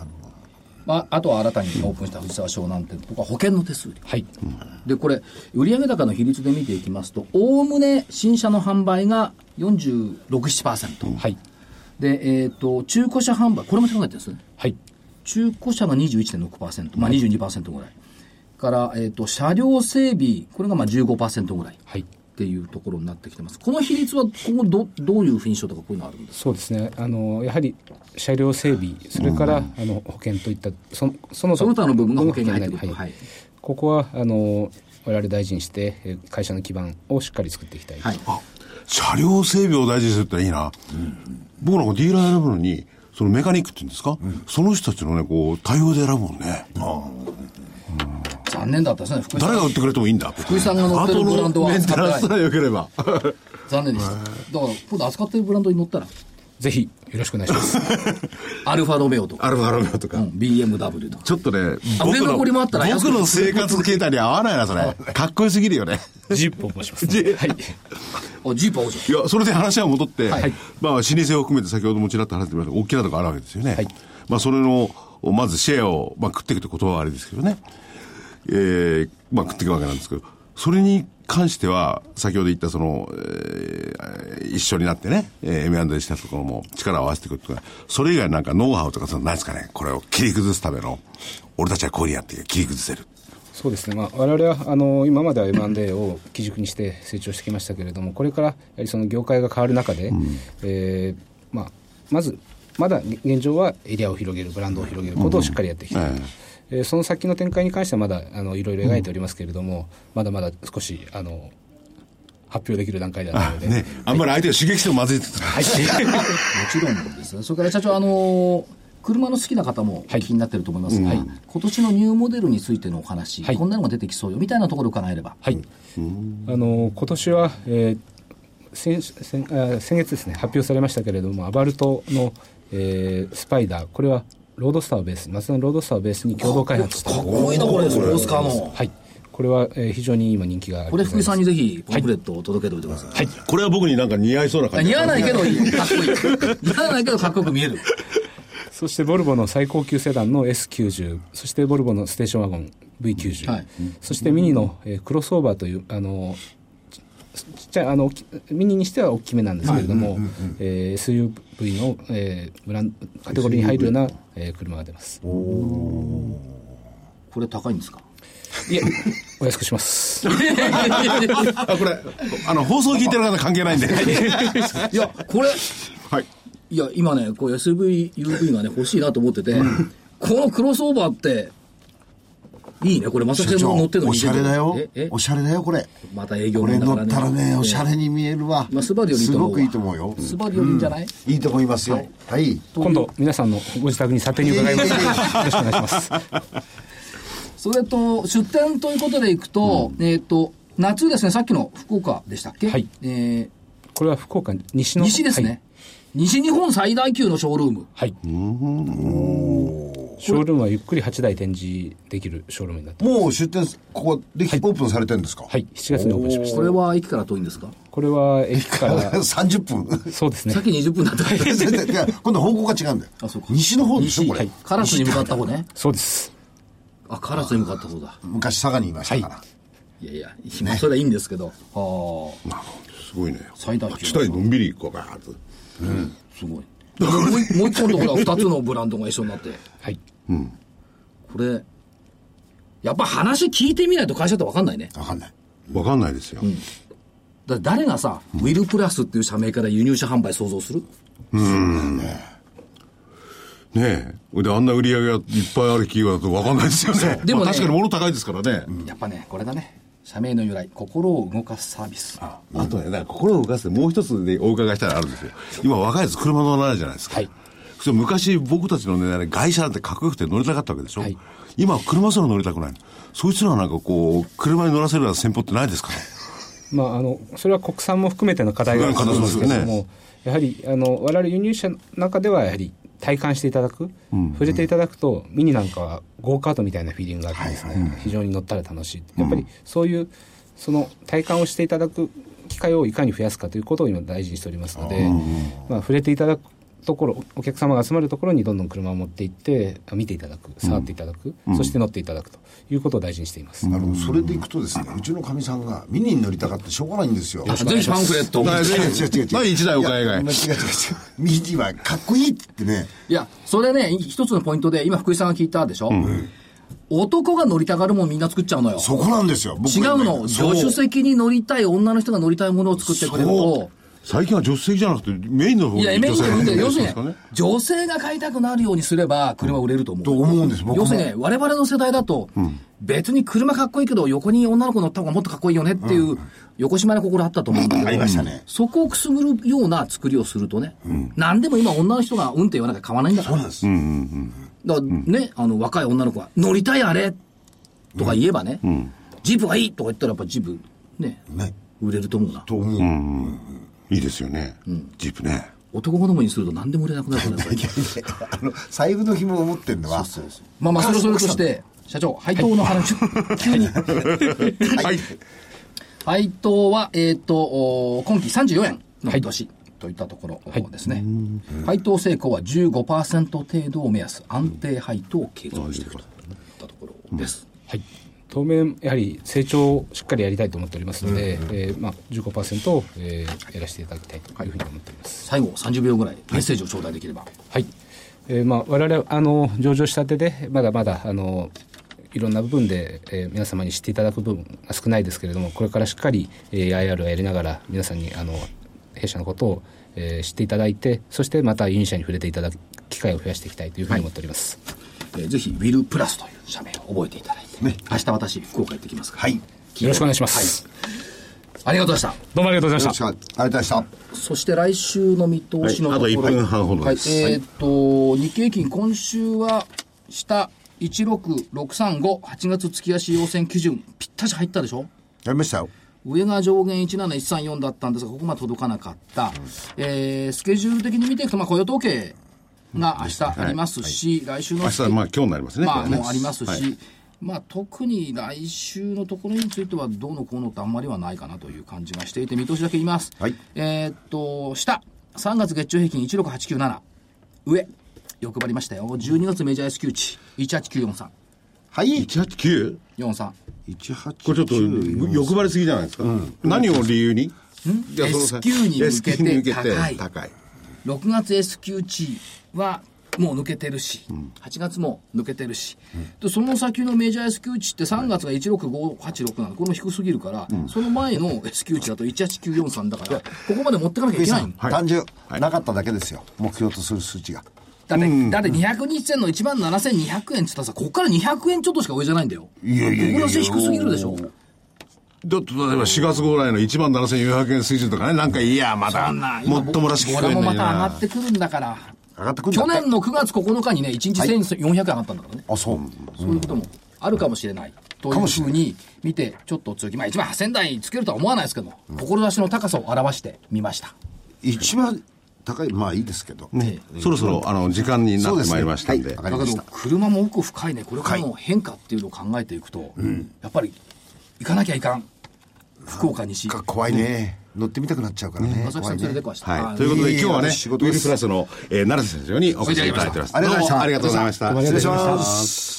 Speaker 1: まあ、あとは新たにオープンした藤沢湘南店とか保険の手数料、
Speaker 6: はい
Speaker 1: でこれ売上高の比率で見ていきますとおおむね新車の販売が467%、
Speaker 6: はい
Speaker 1: で、えー、と中古車販売これも高かったですね
Speaker 6: はい
Speaker 1: 中古車が21.6%、まあ、22%ぐらい、から、えー、と車両整備これがまあ15%ぐらい
Speaker 6: はい
Speaker 1: っていうところになってきてますこの比率は今後どどういう印象とかこういうのあるんですか
Speaker 6: そうですねあのやはり車両整備それから、あの保険といったそのその
Speaker 1: その他の部分が保険に入ってくる
Speaker 6: は
Speaker 1: は
Speaker 6: い
Speaker 1: い
Speaker 6: ここはあの我々大事にしてえー会社の基盤をしっかり作っていきたい、
Speaker 1: はい
Speaker 4: 車両整備を大事にするっていいな、僕なんかディーラー選ぶのにそのメカニックっていうんですか、その人たちのねこう対応で選ぶもんね
Speaker 1: 残念だったですね福井さん
Speaker 4: 誰が売ってくれてもいいんだ
Speaker 1: 福井さんが乗ってるブランドは
Speaker 4: メン
Speaker 1: 扱っ
Speaker 4: テ
Speaker 1: て
Speaker 4: ナン
Speaker 1: な
Speaker 4: ス
Speaker 1: い
Speaker 4: さえ良け れば
Speaker 1: 残念でしただから今度扱ってるブランドに乗ったら
Speaker 6: ぜひよろしくお願いします
Speaker 1: アルファロメオとか、
Speaker 4: アルファロメオとか、
Speaker 1: うん、BMW とか
Speaker 4: ちょっとね
Speaker 1: あ
Speaker 4: 僕
Speaker 1: 売れ
Speaker 4: の
Speaker 1: 残りもあったら安く
Speaker 4: 僕の生活形態に合わないなそれかっこよすぎるよね
Speaker 6: 10本もします、
Speaker 4: 10
Speaker 6: はい
Speaker 1: あジーパー王者
Speaker 4: いやそれで話は戻って、
Speaker 1: はい
Speaker 4: まあ老舗を含めて先ほどもちらっと話してましたが大きなとこあるわけですよね、
Speaker 6: はい
Speaker 4: まあそれのまずシェアを、まあ、食っていくってことはあれですけどねえーまあ食っていくわけなんですけどそれに関しては先ほど言ったその、えー一緒になってね、えー M&A したところも力を合わせていくとかそれ以外なんかノウハウとかそのないですかねこれを切り崩すための俺たちはこうやって切り崩せる
Speaker 6: そうですね、まあ、我々はあの今までは M&A を基軸にして成長してきましたけれども、これからやはりその業界が変わる中で、えーまあ、まず、まだ現現状はエリアを広げる、ブランドを広げることをしっかりやっていきたい、
Speaker 4: うんえ
Speaker 6: えーその先の展開に関してはまだあのいろいろ描いておりますけれども、まだまだ少しあの発表できる段階ではないので、
Speaker 4: ねあんまり相手を刺激してもまずいって言ってた
Speaker 1: もちろんですね。それから社長、あのー車の好きな方も
Speaker 6: はい
Speaker 1: 気になってると思いますが、今年のニューモデルについてのお話、
Speaker 6: はい
Speaker 1: こんなのが出てきそうよみたいなところを伺えれば、
Speaker 6: はい、あの今年は、えー先先あー先月ですね発表されましたけれどもアバルトの、えースパイダーこれはロードスターをベースにマツダのロードスターをベースに共同開発した
Speaker 1: かっこいいなこれ、大塚の。
Speaker 6: はいこれは、えー非常に今人気があり
Speaker 1: これ、福井さんに
Speaker 6: に
Speaker 1: ぜひ、パンフレットを届けておいてください。
Speaker 6: はい
Speaker 4: これは僕になんか似合いそうな感じ
Speaker 1: 似合わないけ
Speaker 4: ど
Speaker 1: どいい、かっこいい。似合わないけど、かっこよく見える。
Speaker 6: そしてボルボの最高級セダンの S90 そしてボルボのステーションワゴン V90、
Speaker 1: はい
Speaker 6: そしてミニの、えークロスオーバーというあのちちっちゃいあのきミニにしては大きめなんですけれども、えー SUV の、えーブランカテゴリーに入るような、えー車が出ます
Speaker 1: これ高いんですか
Speaker 6: いえお安くします
Speaker 4: あこれあの放送聞いてる方関係ないんで
Speaker 1: いや、これ、
Speaker 4: はい
Speaker 1: いや、今ね、こう SUV、UV がね、欲しいなと思ってて、このクロスオーバーって、いいね、これ、まさ
Speaker 3: 社
Speaker 1: きさん
Speaker 3: 長
Speaker 1: も乗ってるの
Speaker 3: お
Speaker 1: に
Speaker 3: しゃれだよ
Speaker 1: ええ
Speaker 3: おしゃれだよこれ
Speaker 1: また営業
Speaker 3: こ
Speaker 1: マン
Speaker 3: れ
Speaker 1: だか
Speaker 3: 乗
Speaker 1: ら
Speaker 3: っ
Speaker 1: ね
Speaker 3: たらねおしゃれ
Speaker 1: ね
Speaker 3: に見えるわ
Speaker 1: まあスバルよりいい
Speaker 3: す
Speaker 1: と思うわ
Speaker 3: ごくいいと思うよ
Speaker 1: スバルよりいいんじゃない
Speaker 3: いいと思いますよはい
Speaker 6: 今度皆さんのご自宅に査定に 伺いますよろしくお願いします
Speaker 1: それと、出店ということでいくと、えっと、夏ですね、さっきの福岡でしたっけ
Speaker 6: はい
Speaker 1: えー
Speaker 6: これは福岡西の
Speaker 1: 西ですね。西日本最大級のショールーム。
Speaker 6: はい、はいショールームはゆっくり8台展示できるショールームになってます
Speaker 3: もう出店ここできオープンされてるんですか
Speaker 6: はい7月にオープンしました
Speaker 1: これは駅から遠いんですか
Speaker 6: これは駅から、
Speaker 3: 30分
Speaker 6: そうですね
Speaker 1: さっ。き20分だったから
Speaker 3: 全然いや今度方向が違うんだよ
Speaker 1: あそうか
Speaker 3: 西の方でしょこ
Speaker 1: は
Speaker 3: れ
Speaker 1: い唐津に向かった方ね。
Speaker 6: そうです。
Speaker 1: あ、唐津に向かった方だ。
Speaker 3: 昔佐賀にいましたから、
Speaker 1: いやいや、今それはいいんですけど。はあ。
Speaker 4: すごいね
Speaker 1: 最大級
Speaker 4: 8台のんびり行こうかなと
Speaker 1: すごい。だから もう一もう一個のところは2つのブランドが一緒になって。
Speaker 6: はい。
Speaker 1: これ、やっぱ話聞いてみないと会社って分かんないね。
Speaker 3: わかんない。
Speaker 4: わかんないですよ。
Speaker 1: だ誰がさ、ウィルプラスっていう社名から輸入車販売想像する
Speaker 4: ねえ。で、あんな売り上げがいっぱいある企業だとわかんないですよね。
Speaker 1: でもね
Speaker 4: まあ確かに物高いですからね。
Speaker 1: やっぱね、これだね。社名の由来、心を動かすサービス。は
Speaker 4: あとね、だから心を動かすってもう一つでお伺いしたいのあるんですよ。今若いやつ車乗らないじゃないですか。
Speaker 1: はい
Speaker 4: それ昔僕たちの年代で外車なんてかっこよくて乗りたかったわけでしょ、
Speaker 1: はい
Speaker 4: 今車すら乗りたくない。そいつらはなんかこう、車に乗らせるような戦法ってないですかね
Speaker 6: まあ、あのそれは国産も含めての課題があると思うんですけれども、やはりあの我々輸入車の中ではやはり体感していただく、触れていただくとミニなんかはゴーカートみたいなフィーリングがあってですね、非常に乗ったら楽しい、やっぱりそういうその体感をしていただく機会をいかに増やすかということを今大事にしておりますので、まあ、触れていただくところお客様が集まるところにどんどん車を持っていって見ていただく触っていただく、そして乗っていただくということを大事にしています、
Speaker 3: あのそれでいくとですね、うちのかみさんがミニに乗りたかってしょうがないんですよ。
Speaker 1: ぜひパンフレットを。
Speaker 3: 違う 違う違う違う
Speaker 4: 第一代お買い替え
Speaker 3: や間違え違う違うミニはかっこいいって言ってね、
Speaker 1: いや、それね、一つのポイントで、今福井さんが聞いたでしょ、男が乗りたがるもんみんな作っちゃうのよ。
Speaker 3: そこなんですよ。僕
Speaker 1: 違
Speaker 3: が
Speaker 1: う
Speaker 3: 今
Speaker 1: の。
Speaker 3: そう
Speaker 1: 助手席に乗りたい女の人が乗りたいものを作ってくれると、
Speaker 4: 最近は助手席じゃなくてメインの方
Speaker 1: い
Speaker 4: に
Speaker 1: や、エメンジンで、要する
Speaker 4: 女性が
Speaker 1: に
Speaker 4: 乗
Speaker 1: ね
Speaker 4: る、
Speaker 1: 女性が買いたくなるようにすれば、車売れると思う。
Speaker 3: と思うんです僕も
Speaker 1: 要するにね、我々の世代だと、別に車かっこいいけど、横に女の子乗った方がもっとかっこいいよねっていう、横島な心あったと思うんだけど、
Speaker 3: ありましたね
Speaker 1: そこをくすぐるような作りをするとね、何でも今女の人がうんって言わなきゃ買わないんだから。
Speaker 3: なんです。
Speaker 1: だからね、あの、若い女の子が、乗りたいあれとか言えばね、ジープがいいとか言ったらやっぱジープ、ね、
Speaker 3: ね。
Speaker 1: 売れると思うな。
Speaker 3: と思う。
Speaker 4: いいですよね、ジープね。
Speaker 1: 男好みにすると何でも売れなくなるからやっぱり
Speaker 3: あの財布の紐を持ってんのは、
Speaker 1: まあまあ、それそれとして、社長、配当の話を。急に
Speaker 4: はい。
Speaker 1: 配当は、えっ、と、お今期34円の見通し。といったところですね、配当成功は15%程度を目安安定配当を継続していくといったところです、
Speaker 6: はい、当面、やはり成長をしっかりやりたいと思っておりますので、えーまあ、15%を、えーやらせていただきたいというふうに思っております。
Speaker 1: 最後30秒ぐらいメッセージを頂戴できれば、
Speaker 6: はいえーまあ、我々あの上場したてでまだまだあのいろんな部分で、えー皆様に知っていただく部分が少ないですけれどもこれからしっかり、えー IR をやりながら皆さんにあの弊社のことを、えー知っていただいてそしてまた輸社に触れていただく機会を増やしていきたいというふうに思っております。
Speaker 1: えーぜひウィルプラスという社名を覚えていただいて、明日私福岡行ってきますから、はい、よ
Speaker 6: よろしくお願いします、
Speaker 1: ありがとうございまし
Speaker 6: どうもありがとうございま
Speaker 3: 確
Speaker 6: した
Speaker 3: かにありがとうございました。
Speaker 1: たそして来週の見通しのところ、
Speaker 4: はいあと1分半ほどです
Speaker 1: はいえーっと日経平均今週は下16638月月足要線基準ぴったし入ったでしょ
Speaker 3: やりましたよ。
Speaker 1: 上が上限17134だったんですが、ここまで届かなかった。えースケジュール的に見ていくと、まあ、雇用統計が明日ありますし、来週の
Speaker 4: 明日、まあ今日になりますね。
Speaker 1: ま
Speaker 4: こ
Speaker 1: あ、
Speaker 4: れね
Speaker 1: もうありますし、
Speaker 4: はい
Speaker 1: まあ、特に来週のところについては、どうのこうのってあんまりはないかなという感じがしていて、見通しだけ言います。
Speaker 3: はい
Speaker 1: えーっと、下、3月月中平均16897、上、欲張りましたよ、12月メジャー S q 値、18943、
Speaker 3: はい。
Speaker 4: 189?
Speaker 1: 43。
Speaker 3: 18
Speaker 4: これちょっと欲張りすぎじゃないですか。何を理由にいやその
Speaker 1: S q に向け
Speaker 4: S 級に
Speaker 1: て
Speaker 4: 向け
Speaker 1: 高い。
Speaker 4: 高い。
Speaker 1: 6月 S q 値はもう抜けてるし、8月も抜けてるし、でその先のメジャー S q 値って3月が16586なのこれも低すぎるから、その前の S q 値だと18943だからここまで持ってかなきゃいけないの
Speaker 4: はい
Speaker 3: 単純、なかっただけですよ。目標とする数値が。
Speaker 1: だって、だって200日線の1万7200円っつったらさここから200円ちょっとしか上じゃないんだよ
Speaker 3: いやいや
Speaker 1: こ
Speaker 3: いやいや
Speaker 1: この線低すぎるでしょ
Speaker 4: だって例えば4月ぐらいの1万7400円水準とかね、なんかいや、まだ、もっともらしく聞
Speaker 1: ボ
Speaker 4: こ
Speaker 1: ラ
Speaker 4: え
Speaker 1: も
Speaker 4: な
Speaker 1: ま
Speaker 4: い
Speaker 1: た上が
Speaker 4: な
Speaker 1: っ。てくるんだから
Speaker 3: 上がってくるんだ
Speaker 1: 去
Speaker 3: って
Speaker 1: 年の9月9日にね1日1400円上がったんだからね
Speaker 3: あ、そう。
Speaker 1: そういうこともあるかもしれない。というふうに見て、ちょっと続き、まあ1万8000台につけるとは思わないですけども、志の高さを表してみました。
Speaker 3: 一番高い、まあいいですけど。ね。
Speaker 4: そろそろ、あの、時間になってまいりましたん
Speaker 3: そう
Speaker 4: で
Speaker 3: ですね。
Speaker 1: だ
Speaker 3: はい
Speaker 1: け
Speaker 3: わかりまし
Speaker 1: ど
Speaker 3: た、
Speaker 1: 車も奥深いね、これからの変化っていうのを考えていくと、やっぱり行かなきゃいかん、福岡西、
Speaker 3: か怖いね。乗ってみたくなっちゃうからね。
Speaker 1: 川崎
Speaker 3: 怖
Speaker 1: さん
Speaker 3: い
Speaker 1: 連れて
Speaker 3: ね
Speaker 1: こ。ました。あ
Speaker 4: はい。
Speaker 1: の
Speaker 4: ということで、今日はね、ウ
Speaker 3: いい仕事
Speaker 4: ィ
Speaker 3: で
Speaker 4: ル
Speaker 3: す
Speaker 4: プラスの、えー、奈良瀬社長にお越しいただいております。
Speaker 3: ありがとうございました
Speaker 4: どもありがと
Speaker 3: 失
Speaker 4: うございました。
Speaker 3: 礼します。